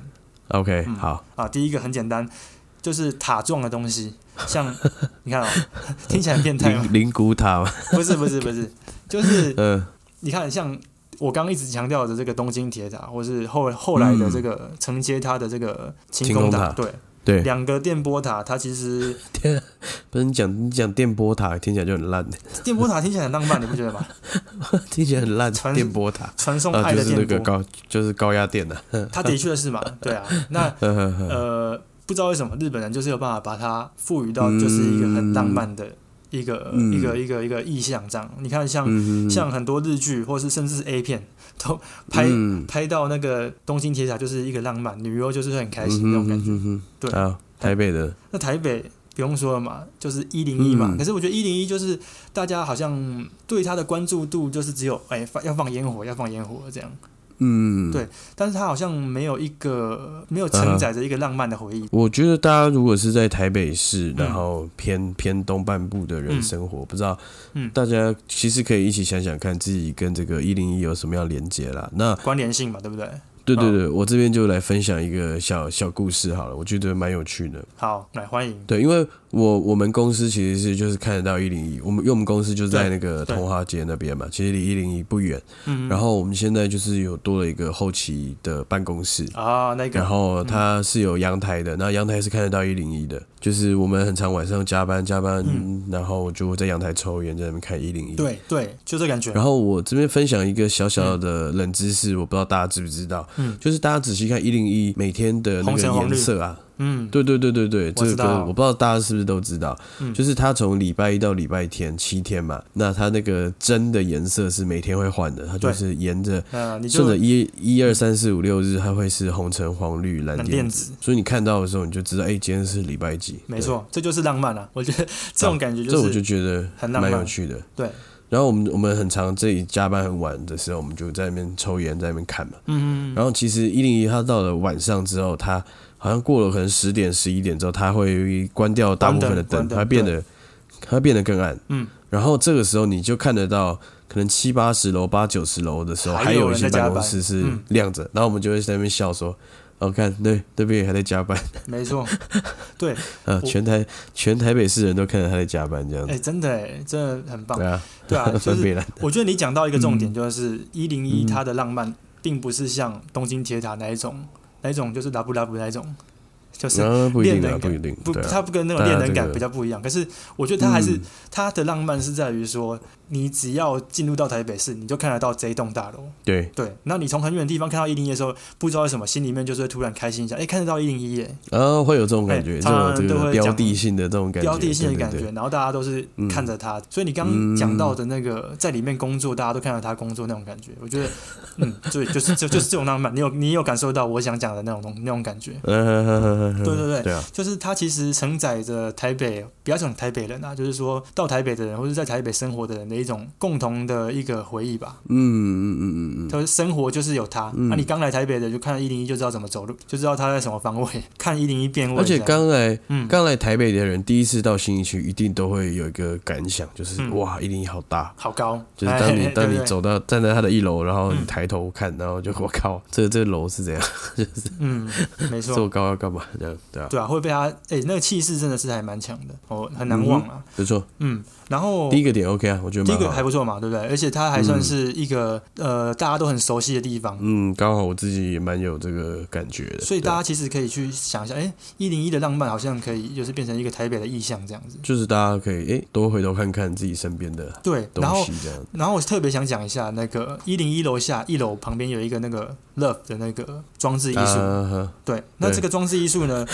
S1: ，OK，
S2: 嗯
S1: 好，
S2: 啊，第一个很简单，就是塔状的东西，像你看哦， 听起来很变态吗？哦
S1: 灵灵骨塔嘛，
S2: 不是不是不是，就是
S1: 嗯，
S2: 你看像我刚刚一直强调的这个东京铁塔，或是后后来的这个承接它的这个
S1: 嗯
S2: 晴
S1: 晴空
S2: 空
S1: 塔
S2: 塔，对，
S1: 对，
S2: 两个电波塔，它其实
S1: 不是你讲你讲电波塔，听起来就很烂，
S2: 电波塔听起来很浪漫，你不觉得吗？
S1: 听起来很烂，
S2: 传
S1: 电波塔
S2: 传送
S1: 啊，
S2: 爱
S1: 就
S2: 的
S1: 是那
S2: 电
S1: 个
S2: 波，
S1: 高就是高压电啊的，
S2: 它的确 是嘛，对啊，那
S1: 呵呵呵，
S2: 呃，不知道为什么日本人就是有办法把它赋予到就是一个很浪漫的一个、
S1: 嗯
S2: 一个一个一个意象这样。你看像，
S1: 嗯
S2: 像很多日剧或是甚至是 A 片 都拍、
S1: 嗯
S2: 拍到那个东京铁塔就是一个浪漫，女优就是会很开
S1: 嗯
S2: 心那种感觉。
S1: 嗯哼
S2: 对
S1: 啊，台北的，
S2: 那台北不用说了嘛，就是一零一嘛。
S1: 嗯
S2: 可是我觉得一零一就是大家好像对它的关注度就是只有哎、放要放烟火，要放烟火这样，
S1: 嗯，
S2: 对但是它好像没有一个没有
S1: 啊
S2: 承载着一个浪漫的回忆。
S1: 我觉得大家如果是在台北市，
S2: 嗯
S1: 然后偏偏东半部的人
S2: 嗯
S1: 生活，不知道，
S2: 嗯
S1: 大家其实可以一起想想看自己跟这个一零一有什么样的连接啦。那
S2: 关联性嘛，对不对？
S1: 对对对，我这边就来分享一个小小故事好了，我觉得蛮有趣的。
S2: 好，来欢迎。
S1: 对，因为我我们公司其实是就是看得到一零一，我们因为我们公司就在那个
S2: 对对
S1: 通化街那边嘛，其实离一零一不远。
S2: 嗯，
S1: 然后我们现在就是有多了一个后期的办公室，
S2: 啊，那个，
S1: 然后它是有阳台的，那阳台是看得到一零一的，就是我们很常晚上加班加班，
S2: 嗯
S1: 然后就在阳台抽烟，在那边看一零一。。
S2: 对对，就这感觉。
S1: 然后我这边分享一个小小的冷知识，我不知道大家知不知道，
S2: 嗯
S1: 就是大家仔细看一零一每天的那
S2: 红
S1: 个
S2: 橙黄
S1: 颜
S2: 绿
S1: 色啊，
S2: 嗯，
S1: 对对对对对，
S2: 我
S1: 这
S2: 知道
S1: 个我不知道大家是不是都知道，
S2: 嗯
S1: 就是它从礼拜一到礼拜天七天嘛，那它那个针的颜色是每天会换的，它就
S2: 对
S1: 是沿着
S2: 那呃你
S1: 顺
S2: 就
S1: 着一一二三四五六日，它会是红橙黄绿蓝
S2: 冷
S1: 靛
S2: 电
S1: 紫，
S2: 子，
S1: 所以你看到的时候你就知道，哎、今天是礼拜几。
S2: 没错，这就是浪漫啊！我觉得这种感觉
S1: 对，这
S2: 就
S1: 我就是觉得
S2: 很浪
S1: 蛮
S2: 漫
S1: 有趣的。
S2: 对，
S1: 然后我们我们很常这里加班很晚的时候，我们就在那边抽烟，在那边看嘛。
S2: 嗯，
S1: 然后其实一零一它到了晚上之后，它好像过了可能十点十一点之后，它会关掉大部分的
S2: 关
S1: 灯，
S2: 灯关灯
S1: 它变得它变得更暗。
S2: 嗯，
S1: 然后这个时候你就看得到，可能七八十楼、八九十楼的时候，
S2: 还
S1: 还
S2: 有
S1: 一些
S2: 人在加
S1: 办公
S2: 班
S1: 室是
S2: 嗯
S1: 亮着，然后我们就会在那边笑说：“哦，看那那边也还在加班。
S2: 没错，对，”
S1: 呃，
S2: 我
S1: 全台全台北市人都看着他在加班这样子
S2: 哎，。真的哎，真的很棒
S1: 对。啊，
S2: 对啊，就
S1: 分别嗯
S2: 是
S1: 了。
S2: 我觉得你讲到一个重点，就是一零一它的浪漫，并不是像东京铁塔那一种，那一种就是拉布拉布那一种，就是
S1: 啊，不一定
S2: 恋
S1: 啊，
S2: 人
S1: 不一定。
S2: 不，
S1: 对啊，
S2: 它不跟那种
S1: 当然
S2: 恋人
S1: 这
S2: 感
S1: 个
S2: 比较不一样。可是我觉得它还是
S1: 嗯
S2: 它的浪漫是在于说，你只要进入到台北市，你就看得到这一栋大楼。
S1: 对
S2: 对，那你从很远的地方看到一零一的时候，不知道为什么心里面就是会突然开心一下，哎，看得到一零一耶，
S1: 啊，会有这种感觉，
S2: 哎
S1: 这种这
S2: 常常都
S1: 个
S2: 会讲
S1: 标的性的这种感觉，
S2: 标的性的
S1: 对对
S2: 感
S1: 对嗯
S2: 觉，然后大家都是看着他，所以你刚刚讲到的那个在里面工作，大家都看着他工作那种感觉，我觉得，嗯，对，就是就就是这种浪漫，你有你有感受到我想讲的那种东那种感觉。
S1: 嗯，
S2: 对对对
S1: 对啊，
S2: 就是它其实承载着台北，不要讲台北人啊，就是说到台北的人或者在台北生活的人的一种共同的一个回忆吧。
S1: 嗯嗯嗯嗯嗯，
S2: 就是生活就是有它，那、
S1: 嗯
S2: 你刚来台北的就看一零一就知道怎么走路，就知道它在什么方位，看一零一变 位
S1: 而
S2: 这
S1: 且
S2: 样。
S1: 刚来
S2: 嗯，
S1: 刚来台北的人，第一次到新一区，一定都会有一个感想，就是、
S2: 嗯
S1: 哇，一零一好大。
S2: 好高，
S1: 就是当你
S2: 哎
S1: 当
S2: 对
S1: 你
S2: 对
S1: 走到站在他的一楼，然后你
S2: 嗯
S1: 抬头看，然后就我靠，这这楼是怎样？
S2: 嗯，没 错，
S1: 这么高要干嘛？这样对啊，
S2: 对啊，会被他哎、那个气势真的是还蛮强的，哦，很难忘啊。
S1: 不错，
S2: 嗯，然后
S1: 第一个点 OK 啊，我觉得
S2: 第一
S1: 蛮
S2: 个
S1: 好嗯
S2: 还
S1: 的。
S2: 不错嘛，对不对？而且它还算是一个、呃大家都很熟悉的地方，
S1: 嗯，刚好我自己也蛮有这个感觉的，
S2: 所以
S1: 对啊
S2: 大家其实可以去想一下，哎，一零一的浪漫好像可以就是变成一个台北的意象这样子。
S1: 就是大家可以诶、多回头看看自己身边的
S2: 对，
S1: 啊东
S2: 然后
S1: 西，这样
S2: 然后我特别想讲一下那个一零一楼下一楼旁边有一个那个 Love 的那个装置艺术，
S1: 啊哈
S2: 对，那这个装置艺 术呢，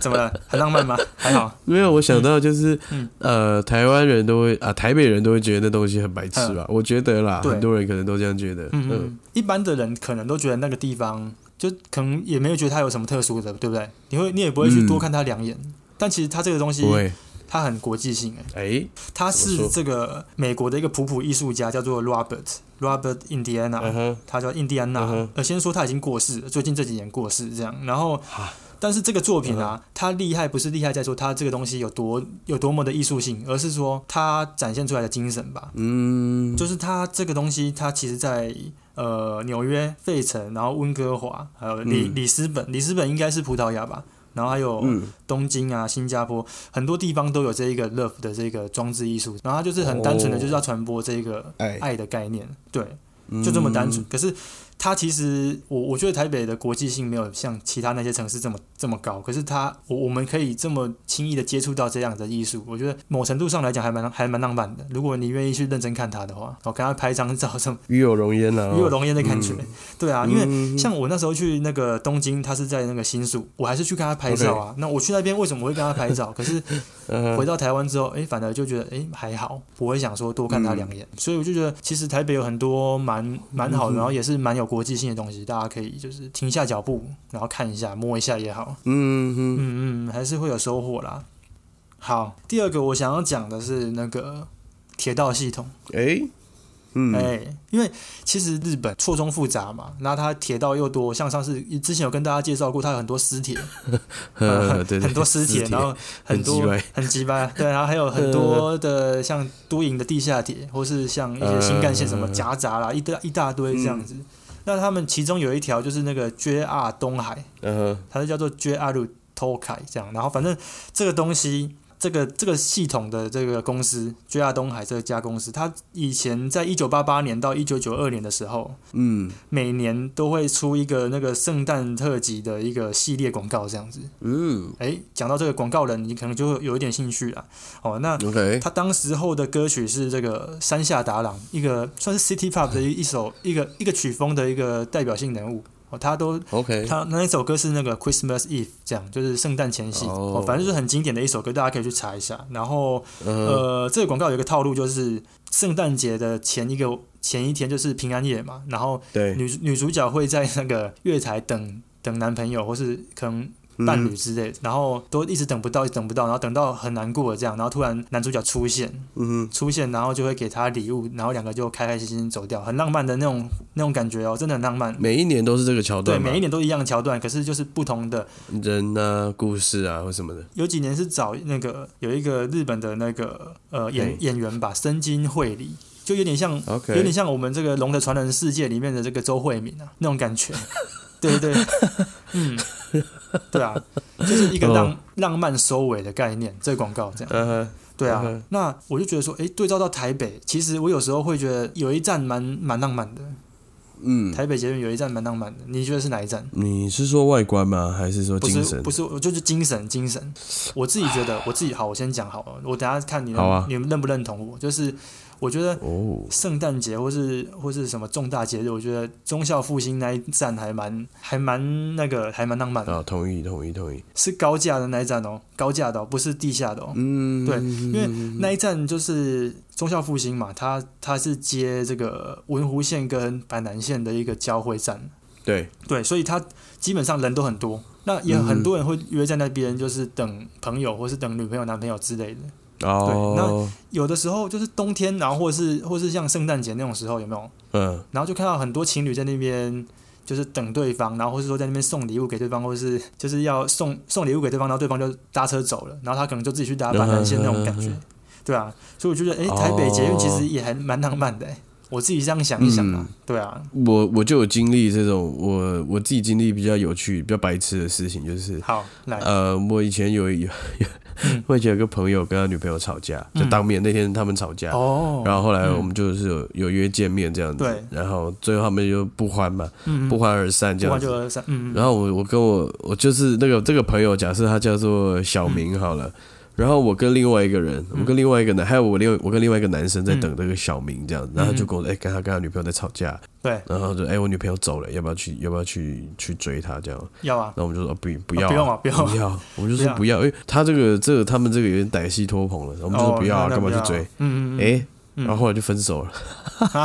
S2: 怎么了？很浪漫吗？还好，
S1: 没有，我想到就是，
S2: 嗯
S1: 呃，台湾人都会啊，台北人都会觉得那东西很白痴吧？我觉得啦，
S2: 嗯对
S1: 很多人可能都这样觉得。
S2: 嗯
S1: 嗯，
S2: 嗯，一般的人可能都觉得那个地方就可能也没有觉得它有什么特殊的，对不对？你会你也不会去多看它两眼，但其实啊它这个东西
S1: 嗯不会，
S2: 它很国际性诶，欸
S1: 哎、
S2: 它
S1: 怎么
S2: 是
S1: 说
S2: 这个美国的一个普普艺术家叫做 Robert Robert Indiana，、
S1: 嗯哼，
S2: 他叫印第安纳。
S1: 嗯哼
S2: 呃，先说他已经过世了，最近这几年过世这样。然后，但是这个作品
S1: 嗯
S2: 啊，它厉害不是厉害在说它这个东西有多有多么的艺术性，而是说它展现出来的精神吧。
S1: 嗯，
S2: 就是它这个东西，它其实在呃纽约、费城，然后温哥华，还有里、
S1: 嗯
S2: 里斯本，里斯本应该是葡萄牙吧。然后还有
S1: 嗯
S2: 东京啊、新加坡很多地方都有这一个 love 的这个装置艺术，然后它就是很单纯的
S1: 哦
S2: 就是要传播这个
S1: 哎嗯
S2: 爱的概念，对，啊就这么单纯。可是它其实，我我觉得台北的国际性没有像其他那些城市这么这么高。可是它，我我们可以这么轻易的接触到这样的艺术，我觉得某程度上来讲还蛮还蛮浪漫的。如果你愿意去认真看它的话，我跟它拍张照，什么
S1: 与有容焉啊，
S2: 与有容颜的感觉。对啊，因为
S1: 为
S2: 像我那时候去那个东京，他是在那个新宿，我还是去跟他拍照啊。那我去那边为什么会跟他拍照？可是
S1: 啊
S2: 回到台湾之后，哎、反而就觉得哎、诶还好，不会想说多看他两眼。所以我就觉得，其实台北有很多蛮蛮好的，然后也是蛮有国际性的东西，大家可以就是停下脚步，然后看一下、摸一下也好。
S1: 嗯哼，
S2: 嗯嗯，还是会有收获啦。好，第二个我想要讲的是那个铁道系统。
S1: 哎、嗯，
S2: 哎、因为其实日本错综复杂嘛，然后它铁道又多，像上次之前有跟大家介绍过，它有很多私铁，
S1: 呃，
S2: 呃
S1: 对对，
S2: 很多 私铁，然后很多
S1: 很鸡
S2: 很鸡 巴，对，然后还有很多的像都营的地下铁，或是像一些新干线什么
S1: 呃
S2: 夹杂啦，一大一大堆这
S1: 嗯
S2: 样子。那他们其中有一条就是那个 JR 东海，
S1: 嗯
S2: 它是叫做 JR Tokai 这样，然后反正这个东西。这个这个系统的这个公司 JR 东海这家公司，它以前在一九八八年到一九九二年的时候，
S1: 嗯
S2: 每年都会出一个那个圣诞特辑的一个系列广告这样子。
S1: 嗯
S2: 诶，讲到这个广告人，你可能就会有一点兴趣啦。哦，那
S1: ，OK，
S2: 他当时候的歌曲是这个山下达郎，一个算是 City Pop 的
S1: 嗯
S2: 一一首一个一个曲风的一个代表性人物。哦，他都
S1: OK，
S2: 他那一首歌是那个 Christmas Eve，这样就是圣诞前夕，
S1: 哦
S2: 哦，反正就是很经典的一首歌，大家可以去查一下。然后
S1: 嗯
S2: 呃，这个广告有一个套路，就是圣诞节的前一个前一天就是平安夜嘛，然后
S1: 对，
S2: 女女主角会在那个月台等等男朋友或是可能伴侣之类的，然后都一直等不到，一直等不到，然后等到很难过了这样，然后突然男主角出现，
S1: 嗯
S2: 出现，然后就会给她礼物，然后两个就开开心心走掉，很浪漫的那种那种感觉哦，真的很浪漫
S1: 哼，。每一年都是这个桥
S2: 对，
S1: 段嘛，
S2: 每一年都一样的桥段，可是就是不同的。
S1: 人啊、故事啊或什么的，
S2: 有几年是找那个有一个日本的那个呃
S1: 嘿
S2: 演演员吧，深津绘里，就有点像
S1: OK
S2: 有点像我们这个《龙的传人世界》里面的这个周慧敏啊，那种 感觉。对对，嗯，对啊，就是一个浪、
S1: 哦
S2: 浪漫收尾的概念，这个广告这样。
S1: 嗯哼，
S2: 对啊，
S1: 嗯哼
S2: 那我就觉得说，诶，对照到台北，其实我有时候会觉得有一站蛮蛮浪漫的，
S1: 嗯。
S2: 台北捷运有一站蛮浪漫的，你觉得是哪一站？
S1: 你是说外观吗？还是说
S2: 不
S1: 精
S2: 是
S1: 神？
S2: 不是，我就是精神精神。我自己觉得，我自己好，我先讲好了，我等下看你能、
S1: 好啊
S2: 你认不认同我。就是我觉得
S1: 哦，
S2: 圣诞节或是或是什么重大节日，我觉得忠孝复兴那一站还蛮还蛮那个还蛮浪漫的，
S1: 啊，同意同意同意。
S2: 是高架的那一站哦，高架的、哦，不是地下的哦。
S1: 嗯，
S2: 对
S1: 因
S2: 为那一站就是忠孝复兴嘛，它它是接这个文湖线跟板南线的一个交汇站，
S1: 对，
S2: 对，所以他基本上人都很多，那
S1: 嗯
S2: 也很多人会约在那边，就是等朋友或是等女朋友、男朋友之类的。
S1: 哦，
S2: 有的时候就是冬天，然后或是或是像圣诞节那种时候，有没有？
S1: 嗯，
S2: 然后就看到很多情侣在那边。就是等对方，然后或是说在那边送礼物给对方，或是就是要送送礼物给对方，然后对方就搭车走了，然后他可能就
S1: 嗯
S2: 自己去搭板南线那种感觉，对啊，所以我觉得，哎、台北捷运其实也还蛮浪漫的、诶我自己这样想一想
S1: 嗯
S2: 啊，对啊，
S1: 我我就有经历这种，我我自己经历比较有趣、比较白痴的事情，就是
S2: 好来，
S1: 呃，我以前有 有
S2: 嗯，
S1: 我以前有个朋友跟他女朋友吵架，就
S2: 嗯
S1: 当面那天他们吵架，
S2: 哦，
S1: 然后后来
S2: 嗯
S1: 我们就是有有约见面这样
S2: 对
S1: 子，然后最后他们就不欢嘛，
S2: 嗯嗯
S1: 不欢而散这
S2: 不
S1: 样
S2: 换就
S1: 子。
S2: 二三，嗯嗯，
S1: 然后我我跟我我就是那个这个朋友，假设他叫做小
S2: 嗯
S1: 明好了，然后我跟另外一个人，我跟另外一个男，还有我另外我跟另外一个男生在等
S2: 嗯
S1: 这个小明这样子，然后他就跟我说，哎，跟他跟他女朋友在吵架，
S2: 对，
S1: 然后就哎我女朋友走了，要不要去要不要去去追她这样？
S2: 要啊，
S1: 那我们就说、哦、不不要、
S2: 哦不用啊不
S1: 不
S2: 用啊
S1: 要，我们就说不要，因为他这个这个他们这个有点歹戏拖棚了，我们就说
S2: 哦
S1: 不要、啊，
S2: 那
S1: 干嘛
S2: 那
S1: 去
S2: 不要
S1: 追
S2: 啊？嗯嗯嗯，
S1: 哎、
S2: 嗯
S1: 然后后来就分手了，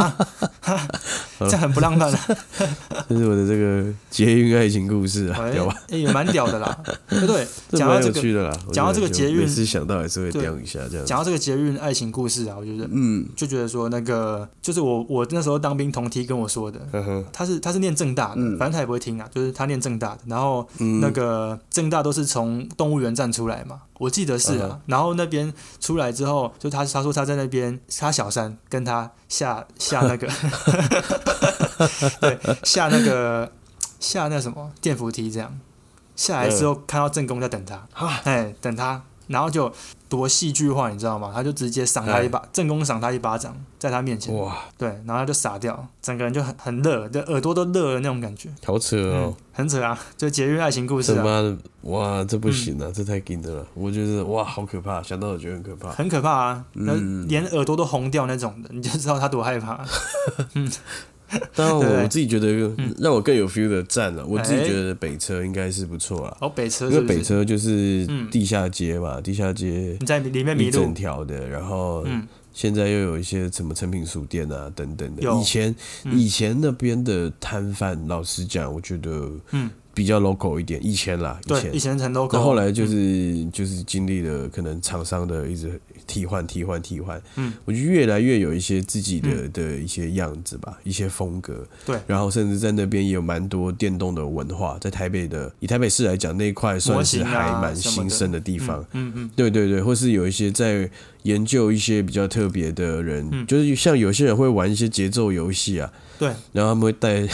S1: 嗯
S2: 这很不浪漫啊，
S1: 这是我的这个捷运爱情故事啊，
S2: 哎
S1: 有吧？
S2: 哎也蛮屌的啦，对对，
S1: 这
S2: 讲到
S1: 蛮
S2: 这
S1: 有
S2: 个
S1: 趣的啦。我
S2: 讲到
S1: 觉
S2: 这
S1: 得
S2: 个
S1: 就
S2: 捷运
S1: 每次想到还是会
S2: 对
S1: 掉一下这样子。
S2: 讲到这个捷运爱情故事啊，我觉得
S1: 嗯，
S2: 就觉得说那个就是我我那时候当兵同梯跟我说的，
S1: 呵呵，
S2: 他是他是念正大的，
S1: 嗯
S2: 反正他也不会听啊，就是他念正大的，然后
S1: 嗯
S2: 那个正大都是从动物园站出来嘛，我记得是啊。
S1: 嗯
S2: 然后那边出来之后，就他他说他在那边，他小三跟他下下 那个， 对，下那个下那什么电扶梯这样。下来之后
S1: 嗯
S2: 看到正宫在等他，
S1: 啊
S2: 哎、等他，然后就多戏剧化，你知道吗？他就直接赏他一巴，正宫赏他一巴掌，在他面
S1: 嗯
S2: 前，
S1: 哇，
S2: 对，然后他就傻掉，整个人就很很热，就耳朵都热了那种感觉。
S1: 好扯
S2: 嗯
S1: 哦！，
S2: 很扯啊，就节约爱情故事
S1: 这
S2: 啊，
S1: 妈的，哇，这不行啊，这太硬的了。我觉得哇，好可怕，想到我觉得很可 怕。
S2: 很可怕啊，那、
S1: 嗯
S2: 连耳朵都红掉那种的，你就知道他多害 怕。啊
S1: 但我
S2: 对
S1: 我自己觉得
S2: 嗯
S1: 让我更有 feel 的站啊了，我自己
S2: 哎
S1: 觉得北车应该是不错啦。
S2: 哦，北车
S1: 因
S2: 是
S1: 为
S2: 不是
S1: 北车就是
S2: 嗯
S1: 地下街嘛，地下街
S2: 你在里面迷
S1: 一
S2: 路
S1: 整，条的，然后
S2: 嗯，
S1: 现在又有一些什么成品书店啊等等的。
S2: 有
S1: 以前、
S2: 嗯
S1: 以前那边的摊贩，老实讲，我觉得
S2: 嗯
S1: 比较 local 一点。以前啦，以
S2: 对，以
S1: 前。
S2: 前嗯很 local，
S1: 那后来就是、就是经历了可能厂商的一直替换替换替换，
S2: 嗯，
S1: 我就越来越有一些自己的、的一些样子吧，一些风格，
S2: 对
S1: 然后甚至在那边也有蛮多电动的文化，在台北的以台北市来讲，那一块算是
S2: 模型
S1: 还
S2: 啊
S1: 蛮
S2: 什么
S1: 兴
S2: 的
S1: 盛的地方，
S2: 嗯嗯
S1: 对对对，或是有一些在研究一些比较特别的人，
S2: 嗯
S1: 就是像有些人会玩一些节奏游戏啊，
S2: 对，
S1: 然后他们会 戴，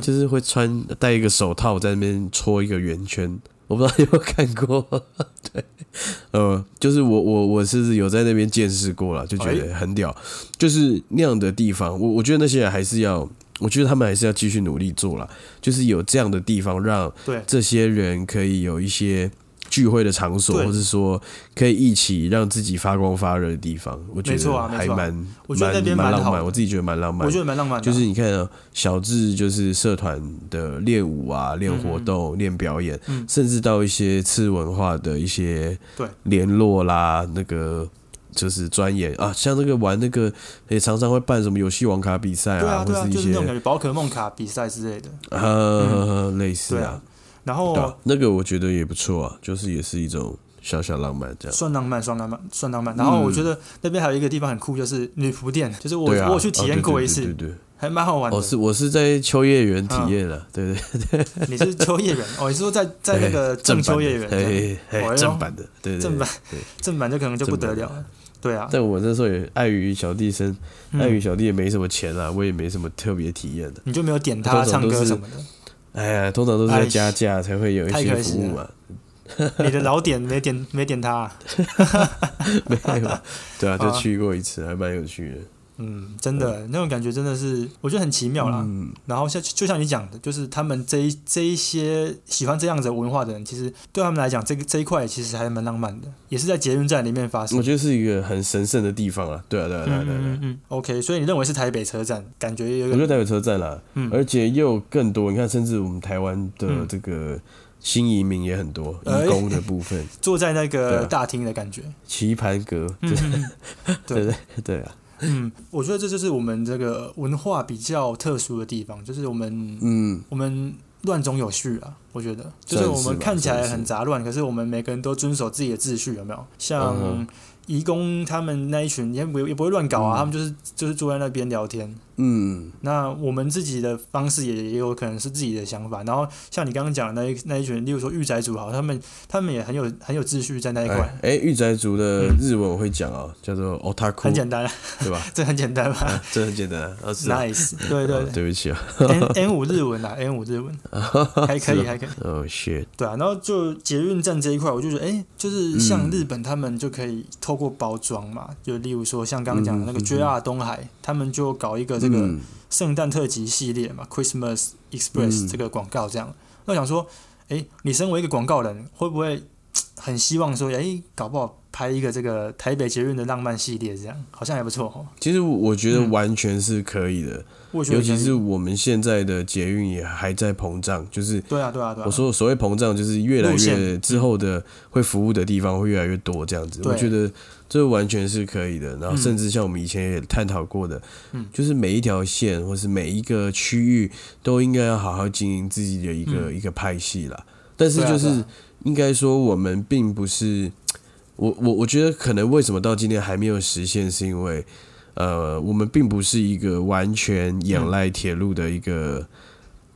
S1: 就是会穿戴一个手套在那边搓一个圆圈，我不知道你有没有看过， 对，呃，就是我我我是有在那边见识过了，就觉得很屌，就是那样的地方，我我觉得那些人还是要，我觉得他们还是要继续努力做啦，就是有这样的地方让。
S2: 对，
S1: 这些人可以有一些聚会的场所，
S2: 对
S1: 或是说可以一起让自己发光发热的地方，我觉
S2: 没错
S1: 得
S2: 啊没
S1: 还
S2: 错啊
S1: 蛮
S2: 我觉得那边
S1: 蛮
S2: 蛮
S1: 浪
S2: 好
S1: 漫，
S2: 的
S1: 我自己觉得蛮浪漫
S2: 我
S1: 的
S2: 觉。得蛮浪漫的
S1: 就
S2: 啊，
S1: 是你看、啊，小智就是社团的练舞啊、练活动、练表演，
S2: 嗯
S1: 甚至到一些次文化的一些
S2: 对
S1: 联络啦，那个就是钻研啊，像那个玩那个也常常会办什么游戏王卡比赛
S2: 对啊对
S1: 或
S2: 啊，
S1: 是一
S2: 就是
S1: 些
S2: 那种感觉，宝可梦卡比赛之类的。
S1: 呃、类似
S2: 对
S1: 啊
S2: 啊，然
S1: 对啊
S2: 后，
S1: 那个我觉得也不错啊，就是也是一种小小浪漫这样。
S2: 算浪漫，算浪漫，算浪漫。然后我觉得那边还有一个地方很酷，就是女仆店，就是
S1: 嗯
S2: 我
S1: 对啊，
S2: 我有去体验过一
S1: 啊对
S2: 次，
S1: 对对对
S2: 还蛮好玩
S1: 对，
S2: 的
S1: 我。是我是在秋叶原体验了，对对，
S2: 你是秋叶原哦？你 是说在啊在那个
S1: 哎正
S2: 正
S1: 版
S2: 秋
S1: 的
S2: 叶原这样？
S1: 哎哎
S2: 哎
S1: 哎
S2: 呦
S1: 正版的，对对对
S2: 正版
S1: 对
S2: 正版就可能就不得了了。对啊，
S1: 但我那时候也碍于小弟身，碍于
S2: 嗯、
S1: 小弟也没什么钱啊，我也没什么特别体验的。
S2: 你就没有点他唱歌什么的，
S1: 哎呀，通常都是
S2: 哎
S1: 在加价才会有一
S2: 太可
S1: 些
S2: 惜
S1: 服务嘛，
S2: 你的老点没点 没点他、
S1: 没有，对 啊，
S2: 好
S1: 就
S2: 啊
S1: 去过一次，还蛮有趣的。
S2: 嗯，真的那种感觉真的是，我觉得很奇妙啦。
S1: 嗯，
S2: 然后像就像你讲的，就是他们这一这一些喜欢这样子的文化的人，其实对他们来讲，这个这一块其实还蛮浪漫的，也是在捷运站里面发生
S1: 我。觉得是一个很神圣的地方啊，对啊，对啊，对啊，
S2: 嗯
S1: 对啊对啊
S2: 嗯。嗯，OK，所以你认为是台北车站，感觉有
S1: 我觉
S2: 一
S1: 得
S2: 个
S1: 台北车站啦，
S2: 嗯
S1: 而且又更多。你看，甚至我们台湾的
S2: 嗯
S1: 这个新移民也很多，
S2: 哎
S1: 移工的部分，
S2: 坐在那
S1: 对
S2: 个
S1: 啊
S2: 大厅的感觉。
S1: 棋盘格，
S2: 嗯嗯嗯对
S1: 对 对对啊，
S2: 嗯，我觉得这就是我们这个文化比较特殊的地方，就是我们
S1: 嗯，
S2: 我们乱中有序啊，我觉得就
S1: 算
S2: 是
S1: 是
S2: 我们
S1: 吧
S2: 看起来
S1: 算
S2: 很
S1: 是
S2: 杂乱，可是我们每个人都遵守自己的秩序，有没有？
S1: 嗯
S2: 像移工他们那一群也不也不会乱搞啊，他们就是就是坐在那边聊天，
S1: 嗯，
S2: 那我们自己的方式也也有可能是自己的想法。然后像你刚刚讲的那一那一群，例如说御宅族好，他们他们也很有很有秩序在那一块，
S1: 哎，哎御宅族的日文我会讲哦，叫做 otaku，
S2: 嗯很简单，
S1: 对吧？
S2: 这很简单吧、
S1: 啊这很简单啊，啊是
S2: n
S1: 啊
S2: i c e 对对
S1: 哦对不起啊，
S2: 对，N N 五日文啊，N 五日文还可
S1: 是
S2: 以
S1: 哦
S2: 还可以，
S1: 哦 shit，
S2: 对啊。然后就捷运站这一块，我就觉得哎、就是像日本他们就可以透过包装嘛，就例如说像刚刚讲的那个
S1: 嗯嗯嗯
S2: JR 东海，他们就搞一个这个。
S1: 嗯
S2: 圣诞特辑系列嘛，Christmas Express
S1: 嗯
S2: 这个广告这样。那、我想说，诶，你身为一个广告人，会不会很希望说，诶，搞不好拍一个这个台北捷运的浪漫系列这样，好像还不错哦。
S1: 其实我觉得
S2: 嗯
S1: 完全是可以的，
S2: 我觉得
S1: 尤其
S2: 可以
S1: 是我们现在的捷运也还在膨胀，就是
S2: 对啊，对啊，对啊。
S1: 我说所谓膨胀，就是越来
S2: 路
S1: 越
S2: 线嗯
S1: 之后的会服务的地方会越来越多，这样子，
S2: 对
S1: 我觉得这完全是可以的。然后
S2: 嗯
S1: 甚至像我们以前也探讨过的，
S2: 嗯
S1: 就是每一条线或是每一个区域都应该要好好经营自己的一个、一个派系啦。但是
S2: 嗯对啊
S1: 就
S2: 对
S1: 是
S2: 啊
S1: 应该说，我们并不是我我我觉得可能为什么到今天还没有实现，是因为呃，我们并不是一个完全仰赖铁路的一个、
S2: 嗯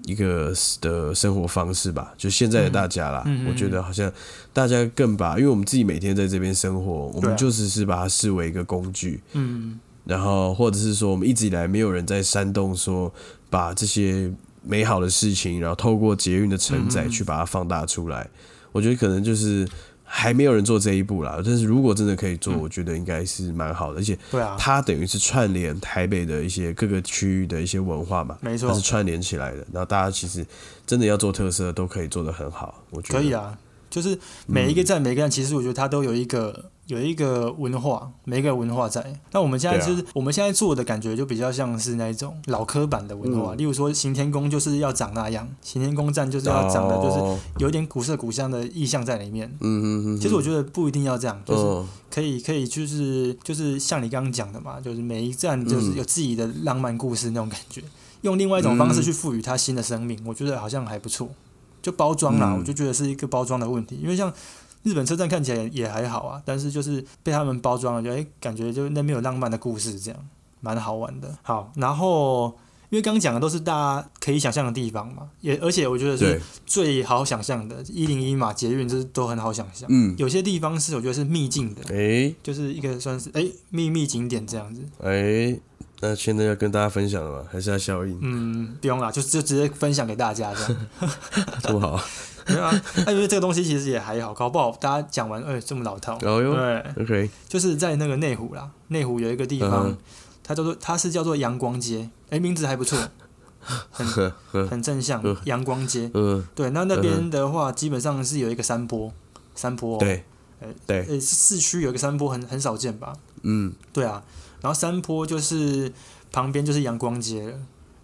S1: 一个的生活方式吧。就现在的大家啦，
S2: 嗯嗯嗯
S1: 我觉得好像大家更把，因为我们自己每天在这边生活，我
S2: 对
S1: 们
S2: 啊
S1: 就只是把它视为一个工具，
S2: 嗯，
S1: 然后或者是说，我们一直以来没有人在煽动说把这些美好的事情，然后透过捷运的承载
S2: 嗯嗯嗯
S1: 去把它放大出来。我觉得可能就是还没有人做这一步啦。但是如果真的可以做，
S2: 嗯
S1: 我觉得应该是蛮好的，而且
S2: 对啊，
S1: 它等于是串联台北的一些各个区域的一些文化嘛，
S2: 没错
S1: 它是，串联起来的。然后大家其实真的要做特色，都可以做得很好，我觉得
S2: 可以啊。就是每一个站，每一个站，其实我觉得它都有一个有一个文化，每一个文化在。那我们现在
S1: 对啊
S2: 就是、我们现在做的感觉就比较像是那一种老科版的文化，
S1: 嗯
S2: 例如说行天宫就是要长那样，行天宫站就是要长的就是
S1: 哦
S2: 有点古色古香的意象在里面。
S1: 嗯嗯嗯，
S2: 其实我觉得不一定要这样，就是
S1: 嗯
S2: 可以可以就是就是像你刚刚讲的嘛，就是每一站就是
S1: 嗯
S2: 有自己的浪漫故事那种感觉，用另外一种方式
S1: 嗯
S2: 去赋予它新的生命，我觉得好像还不错。就包装啦，
S1: 嗯
S2: 我就觉得是一个包装的问题，因为像日本车站看起来也还好啊，但是就是被他们包装了，就哎、诶感觉就那边有浪漫的故事，这样蛮好玩的。好，然后因为刚刚讲的都是大家可以想象的地方嘛，也而且我觉得是
S1: 对，
S2: 最好想象的，一零一嘛，捷运就是都很好想象。
S1: 嗯，
S2: 有些地方是我觉得是秘境的，
S1: 诶
S2: 就是一个算是哎、秘密景点这样子。
S1: 诶，那现在要跟大家分享了吗？还是要效 应？
S2: 嗯，不用啦，就就直接分享给大家这 样。
S1: 多好，
S2: 没有啊，那因为这个东西其实也还好，搞不好大家讲完，哎、这么老套。
S1: 哦哟
S2: 对，
S1: ，OK，
S2: 就是在那个内湖啦，内湖有一个地
S1: 嗯
S2: 方
S1: 哼，
S2: 它叫做它是叫做阳光街，哎、名字还不错， 很
S1: 呵呵，
S2: 很正向
S1: 嗯，
S2: 阳光街。
S1: 嗯，
S2: 对，那那
S1: 嗯
S2: 边的话，基本上是有一个山坡，山坡、哦。
S1: 对
S2: 哎，
S1: 对，
S2: 呃，市区有一个山坡很很少见吧？
S1: 嗯，
S2: 对啊，然后山坡就是旁边就是阳光街了，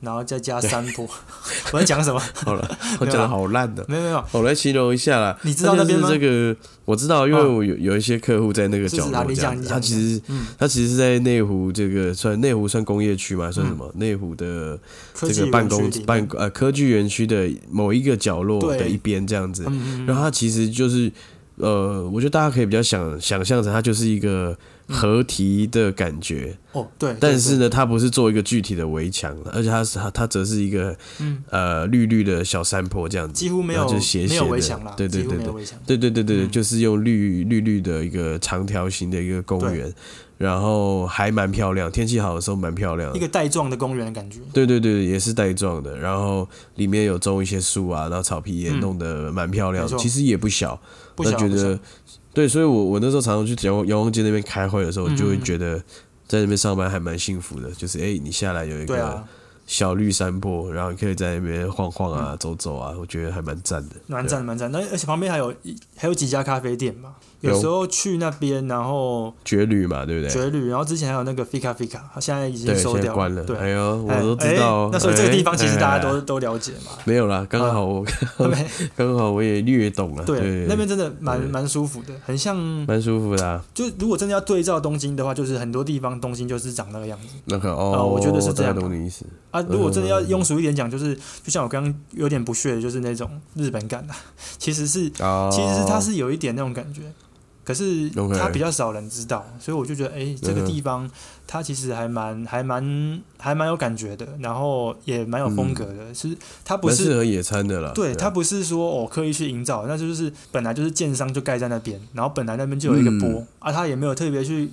S2: 然后再加山坡。 我在讲什么？
S1: 好了，我讲的哦好烂的。
S2: 没有 没有，
S1: 哦我来形容一下啦，
S2: 你知道
S1: 它
S2: 那
S1: 就是
S2: 边吗
S1: 这个我知道，因为
S2: 嗯
S1: 我有有一些客户在那个
S2: 是
S1: 角
S2: 是啊，
S1: 落
S2: 你
S1: 这样
S2: 讲你
S1: 子，
S2: 讲。
S1: 他其实
S2: 嗯，
S1: 它其实是在内湖这个算内湖算工业区嘛，算什么？内湖的
S2: 嗯科
S1: 这
S2: 技
S1: 个办公
S2: 园区里面
S1: 办呃科技园区的某一个角落
S2: 对
S1: 的一边这样子。
S2: 嗯嗯
S1: 然
S2: 嗯，
S1: 后它其实就是呃，我觉得大家可以比较想想象成它就是一个
S2: 嗯
S1: 合体的感觉，
S2: 哦对，对
S1: 但是
S2: 对
S1: 呢，它不是做一个具体的围墙，而且它是它它则是一个
S2: 嗯
S1: 呃绿绿的小山坡这样子。
S2: 几乎没
S1: 然
S2: 有
S1: 后就是斜斜的
S2: 没有围墙啦，
S1: 对对
S2: 几乎
S1: 对
S2: 没有
S1: 对
S2: 围墙。
S1: 对对对对，
S2: 嗯
S1: 就是用绿绿绿的一个长条形的一个公园，然后还蛮漂亮，天气好的时候蛮漂亮
S2: 一
S1: 的。
S2: 个带状的公园的感觉，
S1: 对对对，也是带状的，然后里面有种一些树啊，然后草皮也
S2: 嗯
S1: 弄得蛮漂亮的，
S2: 没错
S1: 其实也不小。
S2: 不
S1: 那
S2: 小
S1: 觉
S2: 不小
S1: 得，对，所以我我那时候常常去遥遥望街那边开会的时候，
S2: 嗯
S1: 就会觉得在那边上班还蛮幸福的，就是哎、你下来有一
S2: 对
S1: 个
S2: 啊，
S1: 小绿山坡，然后你可以在那边晃晃啊、
S2: 嗯
S1: 走走啊，我觉得还蛮赞的。
S2: 蛮
S1: 对啊
S2: 赞蛮赞。那而且旁边还有一还有几家咖啡店嘛，有
S1: 有
S2: 时候去那边，然后
S1: 绝旅嘛，对不对？
S2: 绝旅，然后之前还有那个 Fika Fika，现在已经
S1: 对，
S2: 收
S1: 现在
S2: 掉
S1: 关了。
S2: 对，
S1: 哎呦，我
S2: 哎
S1: 都知道
S2: 哎
S1: 哦。
S2: 那所以这个地方其实大家
S1: 哎哎
S2: 都
S1: 哎
S2: 都了解 嘛，
S1: 没有啦，刚好 我
S2: 对
S1: 刚好我也略懂了。 对，
S2: 对，那边真的蛮
S1: 对
S2: 蛮舒服的，很像
S1: 蛮舒服的啊。
S2: 就如果真的要对照东京的话，就是很多地方东京就是长那个样子
S1: 那个
S2: 啊
S1: 哦，
S2: 我觉得是这样
S1: 大概懂你意思。
S2: 啊。如果真
S1: 哎
S2: 的要庸俗一点讲，就是就像我刚刚有点不屑的，就是那种日本感啊，其实是
S1: 哦，
S2: 其实是它是有一点那种感觉。可是
S1: OK
S2: 它比较少人知道，所以我就觉得，哎、这个
S1: 嗯哼
S2: 地方它其实还蛮、还蛮、还蛮有感觉的，然后也蛮有风格的。
S1: 嗯
S2: 其实它不
S1: 蛮
S2: 是
S1: 适合野餐的啦。
S2: 对，
S1: 啊
S2: 它不是说哦刻意去营造，那就是本来就是建商就盖在那边，然后本来那边就有一个波、
S1: 嗯
S2: 啊，他也没有特别去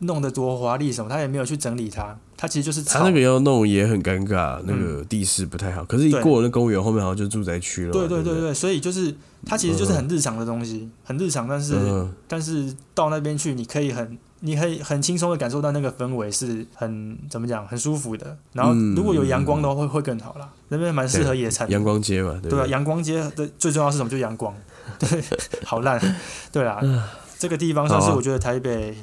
S2: 弄得多华丽什么，他也没有去整理它，它其实就是草。嗯
S1: 他那个要弄也很尴尬，那个地势不太好。可是，一
S2: 对
S1: 过了那公园后面好像就住宅区了嘛。
S2: 对
S1: 啊对
S2: 对对
S1: 不，
S2: 对，所以就是它其实就是很日常的东西，很日常，但是、
S1: 嗯，
S2: 但是到那边去，你可以很你可以很轻松的感受到那个氛围是很怎么讲，很舒服的。然后
S1: 嗯
S2: 如果有阳光的话，会会更好啦，那边蛮适合野餐的。
S1: 阳光街嘛，对不
S2: 对啊，阳光街的最重要是什么？就阳光。 对，好烂。对啊，这个地方算是
S1: 好啊
S2: 我觉得台北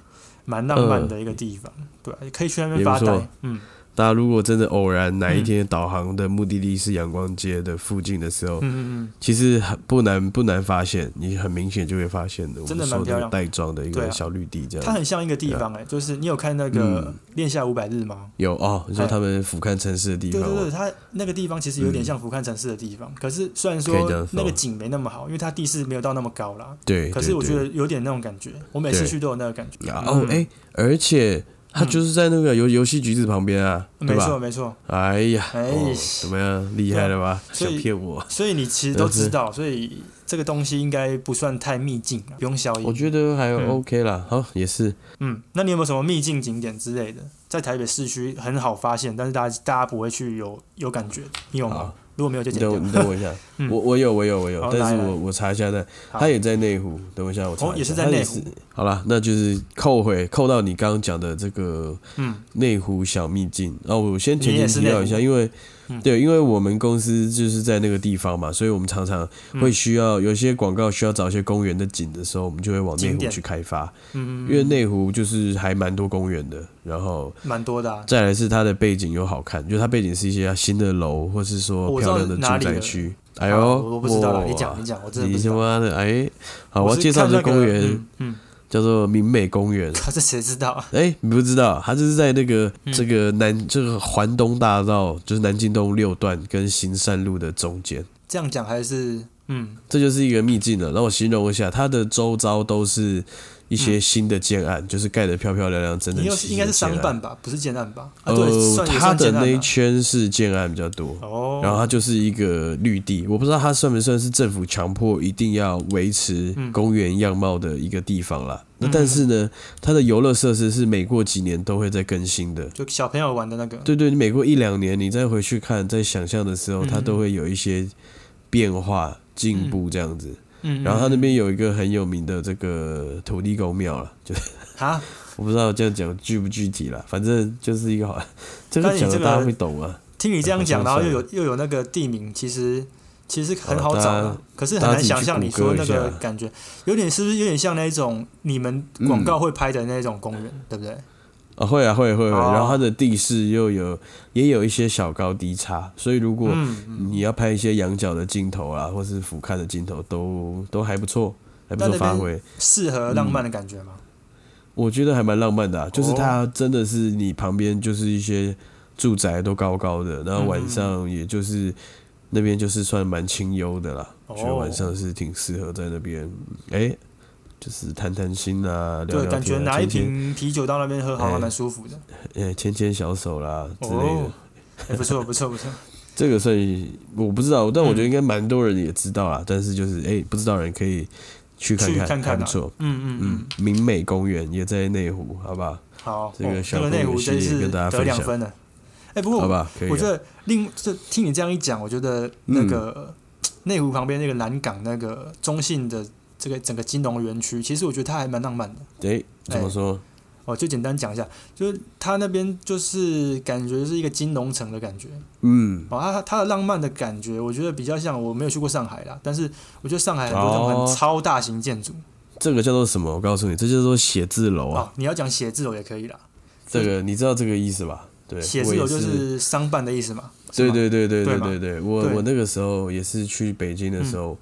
S2: 蛮浪漫的一个地方。对啊，可以去那边
S1: 也不
S2: 发呆
S1: 错。
S2: 嗯，
S1: 大家如果真的偶然哪一天导航的目的地是阳光街的附近的时候，
S2: 嗯嗯
S1: 其实很不难不难发现，你很明显就会发现的。我
S2: 真的
S1: 们
S2: 蛮
S1: 说那
S2: 漂
S1: 个
S2: 亮
S1: 带妆的一
S2: 对啊
S1: 个小绿地这
S2: 嗯，它
S1: 样，
S2: 很像一个地方哎、就是你有看那个《
S1: 啊嗯
S2: 恋夏五百日》吗？
S1: 有哦，你说
S2: 哎
S1: 他们俯瞰城市的地
S2: 对
S1: 方哦
S2: 对对，
S1: 吗，
S2: 它那个地方其实有点像俯瞰城市的地方，可是虽然
S1: 嗯
S2: 说
S1: 可以这样说
S2: 那个景没那么好，因为它地势没有到那么高啦，
S1: 对，
S2: 可是
S1: 对
S2: 我觉
S1: 对
S2: 得有点那种感觉，我每次
S1: 对
S2: 去都有那个感觉。
S1: 啊哦
S2: 嗯
S1: 哎、而且它
S2: 嗯
S1: 就是在那个游游戏橘子旁边啊，对
S2: 没
S1: 吧？
S2: 错没错，
S1: 哎呀，
S2: 哎
S1: 哦，怎么样，厉害了吧？
S2: 所
S1: 想
S2: 以嗯
S1: 骗我？
S2: 所以你其实都知道，所以这个东西应该不算太秘境啊，不用消
S1: 我
S2: 音。
S1: 觉得还
S2: 嗯
S1: OK 啦，好，也是
S2: 嗯，那你有没有什么秘境景点之类的，在台北市区很好发现，但是大家大家不会去有有感觉，你有吗
S1: 好？
S2: 如果没有就
S1: 你
S2: 剪
S1: 等啊我，你
S2: 掉。
S1: 等我一下，
S2: 嗯
S1: 我我有我有我有
S2: 好，
S1: 但是
S2: 来来
S1: 我我查一下的，
S2: 好
S1: 它也在内湖，等我一下我查一
S2: 哦
S1: 下，
S2: 也是在
S1: 它
S2: 内湖
S1: 是。好啦，那就是扣回扣到你刚刚讲的这个
S2: 嗯
S1: 内湖小秘境。哦，我先
S2: 你也
S1: 前
S2: 是
S1: 情提要一
S2: 内
S1: 下，因为
S2: 嗯
S1: 对，因为我们公司就是在那个地方嘛，所以我们常常会
S2: 嗯
S1: 需要有些广告需要找一些公园的景的时候，我们就会往内
S2: 景
S1: 湖
S2: 点
S1: 去开发，
S2: 嗯，
S1: 因为内湖就是还蛮多公园的，然后。
S2: 蛮多的、啊。
S1: 再来是它的背景又好看，就是它背景是一些新的楼，或是说
S2: 我知
S1: 漂
S2: 道
S1: 亮的
S2: 哪里
S1: 住宅
S2: 了
S1: 区。哎呦，
S2: 好我我不知道了，
S1: 哇
S2: 你讲你讲，我真的不
S1: 你
S2: 知
S1: 他
S2: 道。
S1: 妈的哎！好，
S2: 我
S1: 我要
S2: 是
S1: 介绍
S2: 看
S1: 这
S2: 那个
S1: 公园、
S2: 嗯嗯，
S1: 叫做明美公园。
S2: 可是谁知道啊？
S1: 哎，你不知道，它就是在那个、
S2: 嗯
S1: 这个南这个环东大道，就是南京东六段跟行善路的中间，
S2: 这样讲还是嗯
S1: 这就是一个秘境了。让我形容一下，它的周遭都是一些新的建案，就是盖得漂漂亮亮、整整
S2: 嗯你又
S1: 齐
S2: 是
S1: 齐
S2: 应该
S1: 的
S2: 是商
S1: 建案
S2: 办吧，不是建案吧？啊，对，
S1: 呃，
S2: 算也
S1: 它
S2: 算
S1: 的
S2: 建
S1: 那
S2: 案
S1: 一
S2: 吧。
S1: 圈是建案比较多，
S2: 哦，
S1: 然后它就是一个绿地，我不知道它算不算是政府强迫一定要维持
S2: 嗯
S1: 公园样貌的一个地方啦。那但是呢，它的游乐设施是每过几年都会在更新的。
S2: 就小朋友玩的那个，
S1: 对对，你每过一两年，你再回去看、在想象的时候，
S2: 嗯
S1: 它都会有一些变化、进步这样子。
S2: 嗯，嗯
S1: 然后它那边有一个很有名的这个土地公庙 了，就是
S2: 啊，
S1: 我不知道这样讲具不具体啦，反正就是一个 好，这
S2: 但
S1: 个
S2: 你
S1: 讲
S2: 这
S1: 了
S2: 个
S1: 大家会懂啊吗？
S2: 听你这样讲，
S1: 好像
S2: 然后
S1: 是
S2: 又有又有那个地名，其实其实很
S1: 好
S2: 好找
S1: 大家
S2: 的，可是很
S1: 大家
S2: 难
S1: 自己
S2: 想
S1: 去
S2: 象
S1: 谷
S2: 你说
S1: 歌一
S2: 那个
S1: 下
S2: 感觉，有点是不是有点像那一种你们广告会拍的那种公园，对不对？
S1: 啊，会啊，会会会。
S2: 哦
S1: 然后它的地势又有也有一些小高低差，所以如果
S2: 嗯，
S1: 你要拍一些仰角的镜头啊，或是俯瞰的镜头，都都还不错，还不
S2: 那
S1: 错
S2: 那
S1: 发
S2: 边
S1: 挥。
S2: 适合浪漫的感觉吗？
S1: 我觉得还蛮浪漫的、啊，就是
S2: 哦
S1: 它真的是你旁边就是一些住宅都高高的，然后晚上也就是。那边就是算蛮清幽的啦，
S2: 哦
S1: 觉得晚上是挺适合在那边，哎、就是谈谈心啊，聊
S2: 对，
S1: 聊天、啊，
S2: 感觉拿一
S1: 牵牵，
S2: 瓶啤酒到那边喝，好像蛮舒服的。
S1: 哎、牵牵小手啦之类的。
S2: 哦，哎，不错不错 不错。
S1: 这个算我不知道，但我
S2: 嗯
S1: 觉得应该蛮多人也知道啦。但是就是哎、不知道人可以去看
S2: 去
S1: 看，
S2: 看看啊
S1: 还不错。
S2: 嗯嗯
S1: 嗯
S2: 嗯，，
S1: 明美公园也在内湖，好吧？
S2: 好，
S1: 这个
S2: 哦
S1: 小
S2: 那个
S1: 朋
S2: 内
S1: 友
S2: 湖
S1: 系
S2: 真
S1: 列
S2: 是
S1: 跟大家
S2: 得
S1: 分
S2: 两
S1: 享
S2: 分了。哎，不过
S1: 好吧，可以啊
S2: 我觉
S1: 了。
S2: 得另就听你这样一讲，我觉得那
S1: 嗯
S2: 个内、湖旁边那个南港那个中信的这个整个金融园区，其实我觉得它还蛮浪漫的。
S1: 哎、怎么说？
S2: 哦，就简单讲一下，就是它那边就是感觉是一个金融城的感觉。
S1: 嗯，
S2: 哦，它它的浪漫的感觉，我觉得比较像我没有去过上海啦，但是我觉得上海很多那种
S1: 哦
S2: 很超大型建筑。
S1: 这个叫做什么？我告诉你，这叫做写字楼
S2: 哦
S1: 啊。
S2: 你要讲写字楼也可以啦，
S1: 这个你知道这个意思吧？对，
S2: 写字
S1: 我也
S2: 楼就是商办的意思嘛。是
S1: 对
S2: 吗，
S1: 对对对
S2: 对
S1: 对
S2: 吗
S1: 对对，我
S2: 对嗯
S1: 我那个时候也是去北京的时候，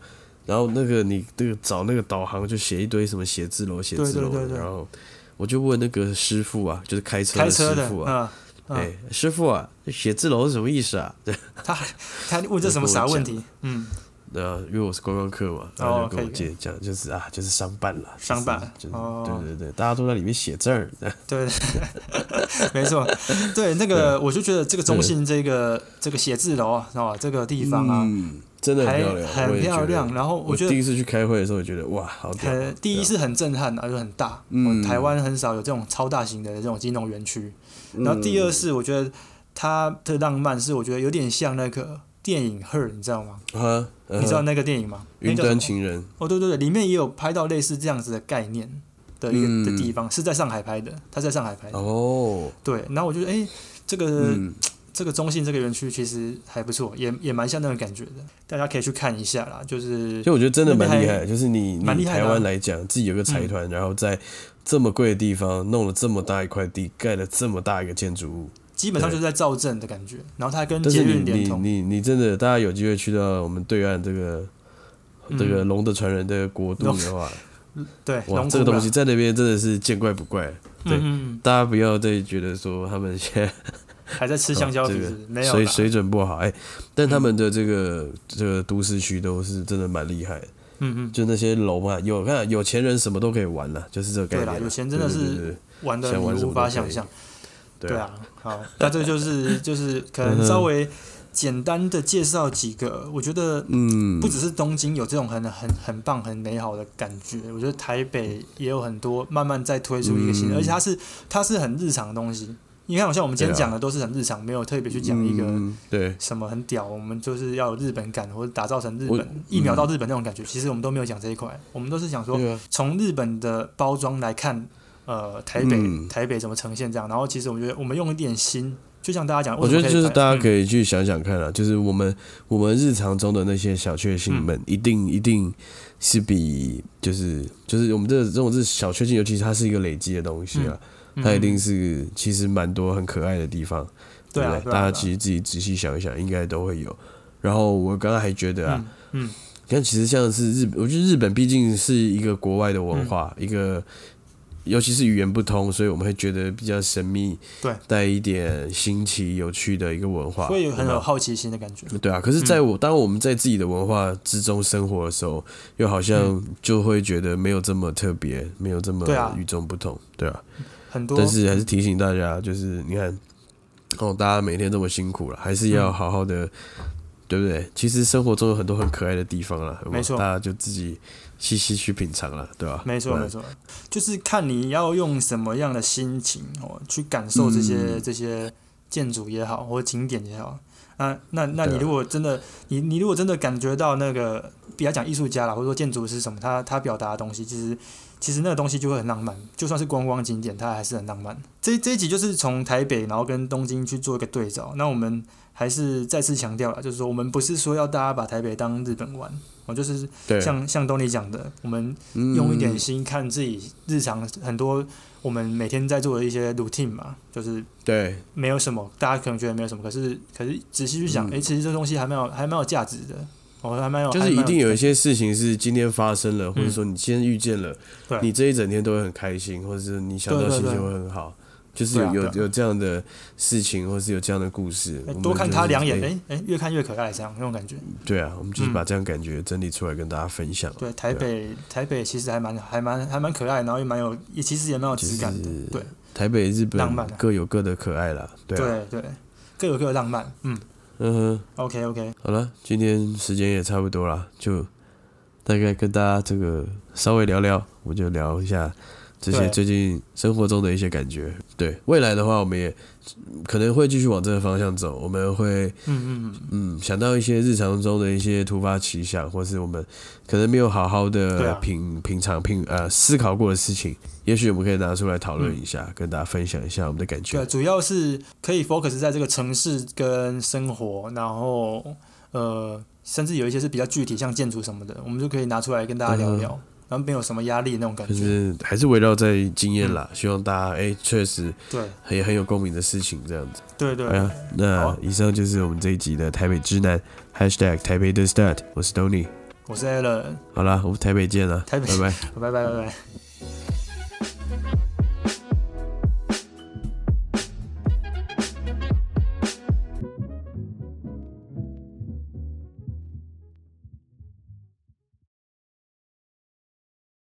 S1: 然后那个你那个找那个导航就写一堆什么写字楼写字楼
S2: 对对
S1: 的，
S2: 对对
S1: 然后我就问那个师傅啊，就是开车
S2: 开车
S1: 师
S2: 的，
S1: 傅啊，
S2: 嗯，嗯
S1: 哎、师傅啊，这写字楼是什么意思啊？对，
S2: 他问这什么傻问题？嗯，
S1: 那因为我是观光客
S2: 哦
S1: 嘛，然后就跟我姐讲，就是啊，就是商办了，就是
S2: 商办
S1: 就是
S2: 哦
S1: 对对对，大家都在里面写字儿，
S2: 对， 没错，对那
S1: 啊
S2: 个我就觉得这个中信这个这个写字楼啊，哦，这个地方啊，
S1: 嗯，真的很
S2: 还
S1: 漂亮，我
S2: 很
S1: 也觉
S2: 漂
S1: 得
S2: 亮。。然后我
S1: 我
S2: 觉
S1: 第
S2: 得
S1: 一次去开会的时候，我觉得哇，好屌
S2: 很
S1: 啊！
S2: 第一
S1: 对啊，
S2: 是很震撼啊，就很大，
S1: 嗯
S2: 哦台湾很少有这种超大型的这种金融园区。
S1: 嗯
S2: 然后第二是我觉得它的浪漫是我觉得有点像那个电影《Her》，你知道吗？
S1: 啊，
S2: 你知道那个电影吗？那
S1: 云
S2: 叫什
S1: 端
S2: 么
S1: 情人，
S2: 哦，对对对，里面也有拍到类似这样子的概念的一个、
S1: 嗯
S2: 的地方，是在上海拍的，他在上海拍的。
S1: 哦，
S2: 对，然后我就觉得，哎，这个、
S1: 嗯，
S2: 这个中信这个园区其实还不错，也也蛮像那种感觉的，大家可以去看一下啦。就是
S1: 其实我觉得真的蛮厉
S2: 那边
S1: 害，就是你
S2: 蛮
S1: 你
S2: 厉害的
S1: 台
S2: 啊嗯
S1: 湾来讲，自己有个财团，然后在这么贵的地方弄了这么大一块地，盖了这么大一个建筑物，
S2: 基本上
S1: 对
S2: 就是在造镇的感觉，然后它跟
S1: 但
S2: 嗯捷
S1: 是
S2: 运
S1: 你
S2: 连
S1: 你
S2: 通。
S1: 你你真的，大家有机会去到我们对岸这个
S2: 嗯
S1: 这个龙的传人的国度的话，
S2: 对，
S1: 哇，
S2: 龙
S1: 这个
S2: 骨啦
S1: 东西在那边真的是见怪不怪。对
S2: 嗯嗯，
S1: 大家不要再觉得说他们现在
S2: 还在吃香蕉皮
S1: 哦这个
S2: 是不是没有
S1: 水
S2: 啦。
S1: 水准不好，哎，但他们的这个这个都市区都是真的蛮厉害的，
S2: 嗯嗯，
S1: 就那些楼嘛，有看有钱人什么都可以玩了，就是这个概
S2: 对
S1: 念
S2: 啦
S1: 啦。
S2: 有钱真的
S1: 对对
S2: 是
S1: 对对
S2: 玩的
S1: 想玩
S2: 你
S1: 什么
S2: 无
S1: 都
S2: 法
S1: 可以
S2: 想象。
S1: 对嗯
S2: 对，啊，好，那这个就是就是可能稍微简单的介绍几个，我觉得
S1: 嗯，
S2: 不只是东京有这种很很很棒、很美好的感觉，我觉得台北也有很多慢慢在推出一个新的，
S1: 嗯
S2: 而且它是它是很日常的东西。你看，好像我们今天
S1: 对啊
S2: 讲的都是很日常，没有特别去讲一个
S1: 嗯对，
S2: 什么很屌，我们就是要有日本感或者打造成日
S1: 我嗯
S2: 本一秒到日本那种感觉。其实我们都没有讲这一块，我们都是想说
S1: 对啊，
S2: 从日本的包装来看，呃，台北、
S1: 嗯
S2: 台北怎么呈现这样。然后其实我觉得我们用一点心，就像大家讲，
S1: 我觉得就是大家可
S2: 以嗯
S1: 以去想想看啊，就是我们我们日常中的那些小确幸们，一定一定是比就是就是我们这个这种是小确幸，尤其是它是一个累积的东西啊，
S2: 嗯
S1: 它一定是其实蛮多很可爱的地方，
S2: 对啊
S1: 不对？大
S2: 对啊对
S1: 家
S2: 啊
S1: 其实自己仔细想一想，应该都会有。然后我刚刚还觉得啊，
S2: 嗯嗯
S1: 你看，其实像是日本，我觉得日本毕竟是一个国外的文化，一个尤其是语言不通，所以我们会觉得比较神秘，
S2: 对，
S1: 带一点新奇有趣的一个文化，
S2: 会有很
S1: 对
S2: 有嗯
S1: 吧
S2: 好奇心的感觉。
S1: 对啊。可是，在我、当我们在自己的文化之中生活的时候，又好像就会觉得没有这么特别，没有这么
S2: 嗯对啊
S1: 与众不同，对啊。
S2: 很多，
S1: 但是还是提醒大家，就是你看，哦，大家每天这么辛苦了，还是
S2: 嗯
S1: 要好好的，对不对？其实生活中有很多很可爱的地方啦，有有
S2: 没错
S1: 大家就自己细细去品尝了，对吧、啊
S2: 没错
S1: 不然
S2: 没错，就是看你要用什么样的心情哦去感受这些、
S1: 嗯
S2: 这些建筑也好，或景点也好。啊，那那
S1: 对啊
S2: 你如果真的，你你如果真的感觉到那个，比较讲艺术家啦，或者说建筑师什么，他他表达的东西，其实其实那个东西就会很浪漫，就算是观光景点，它还是很浪漫。这这一集就是从台北，然后跟东京去做一个对照。那我们还是再次强调了，就是说我们不是说要大家把台北当日本玩，我就是
S1: 对，
S2: 像像东尼讲的，我们
S1: 嗯
S2: 用一点心看自己日常很多我们每天在做的一些 routine 嘛，就是
S1: 对，
S2: 没有什么，大家可能觉得没有什么，可是可是仔细去想，
S1: 嗯
S2: 诶，其实这东西还蛮有还蛮有价值的，哦，还蛮有，嗯
S1: 就是一定有一些事情是今天发生了，或者说你今天遇见了，
S2: 对
S1: 你这一整天都会很开心，或者是你想到
S2: 对对
S1: 心情
S2: 对
S1: 会很好。就是有
S2: 对啊
S1: 有
S2: 对啊
S1: 有这样的事情，或是有这样的故事，
S2: 还
S1: 我
S2: 蛮
S1: 们
S2: 多看他
S1: 就是
S2: 两眼，
S1: 哎
S2: 诶诶，越看越可爱，这样那种感觉。
S1: 对啊，我们就是
S2: 嗯
S1: 把这样感觉整理出来跟大家分享。
S2: 对，台
S1: 对啊
S2: 北台北其实还蛮还蛮还蛮可爱，然后也蛮有，也其实也蛮有质感的
S1: 就是，
S2: 对
S1: 台北、日
S2: 浪漫
S1: 本
S2: 啊
S1: 各有各的可爱啦，对啊，
S2: 对对，各有各的浪漫，嗯
S1: 嗯哼，
S2: ，OK OK，
S1: 好了，今天时间也差不多啦，就大概跟大家这个稍微聊聊，我就聊一下这些
S2: 对
S1: 最近生活中的一些感觉。对未来的话，我们也可能会继续往这个方向走，我们会
S2: 嗯嗯嗯，
S1: 嗯想到一些日常中的一些突发奇想，或是我们可能没有好好
S2: 对
S1: 的
S2: 啊
S1: 品、品尝品呃思考过的事情，也许我们可以拿出来讨论一下，跟大家分享一下我们的感觉
S2: 嗯对，。主要是可以 focus 在这个城市跟生活，然后呃，甚至有一些是比较具体，像建筑什么的，我们就可以拿出来跟大家聊
S1: 嗯
S2: 聊，然后没有什么压力那种感
S1: 可
S2: 觉。
S1: 是还是围绕在经验啦，希望大家哎确、实
S2: 对
S1: 也很有共鸣的事情这样子。
S2: 对对
S1: 好哎呀，
S2: 好
S1: 那
S2: 啊
S1: 以上就是我们这一集的台北之南 #hashtag 台北的 stat，我是 Tony。
S2: 我是 a l l n
S1: 好啦，我们台北见了，
S2: 台北
S1: 拜拜。
S2: 拜拜拜拜。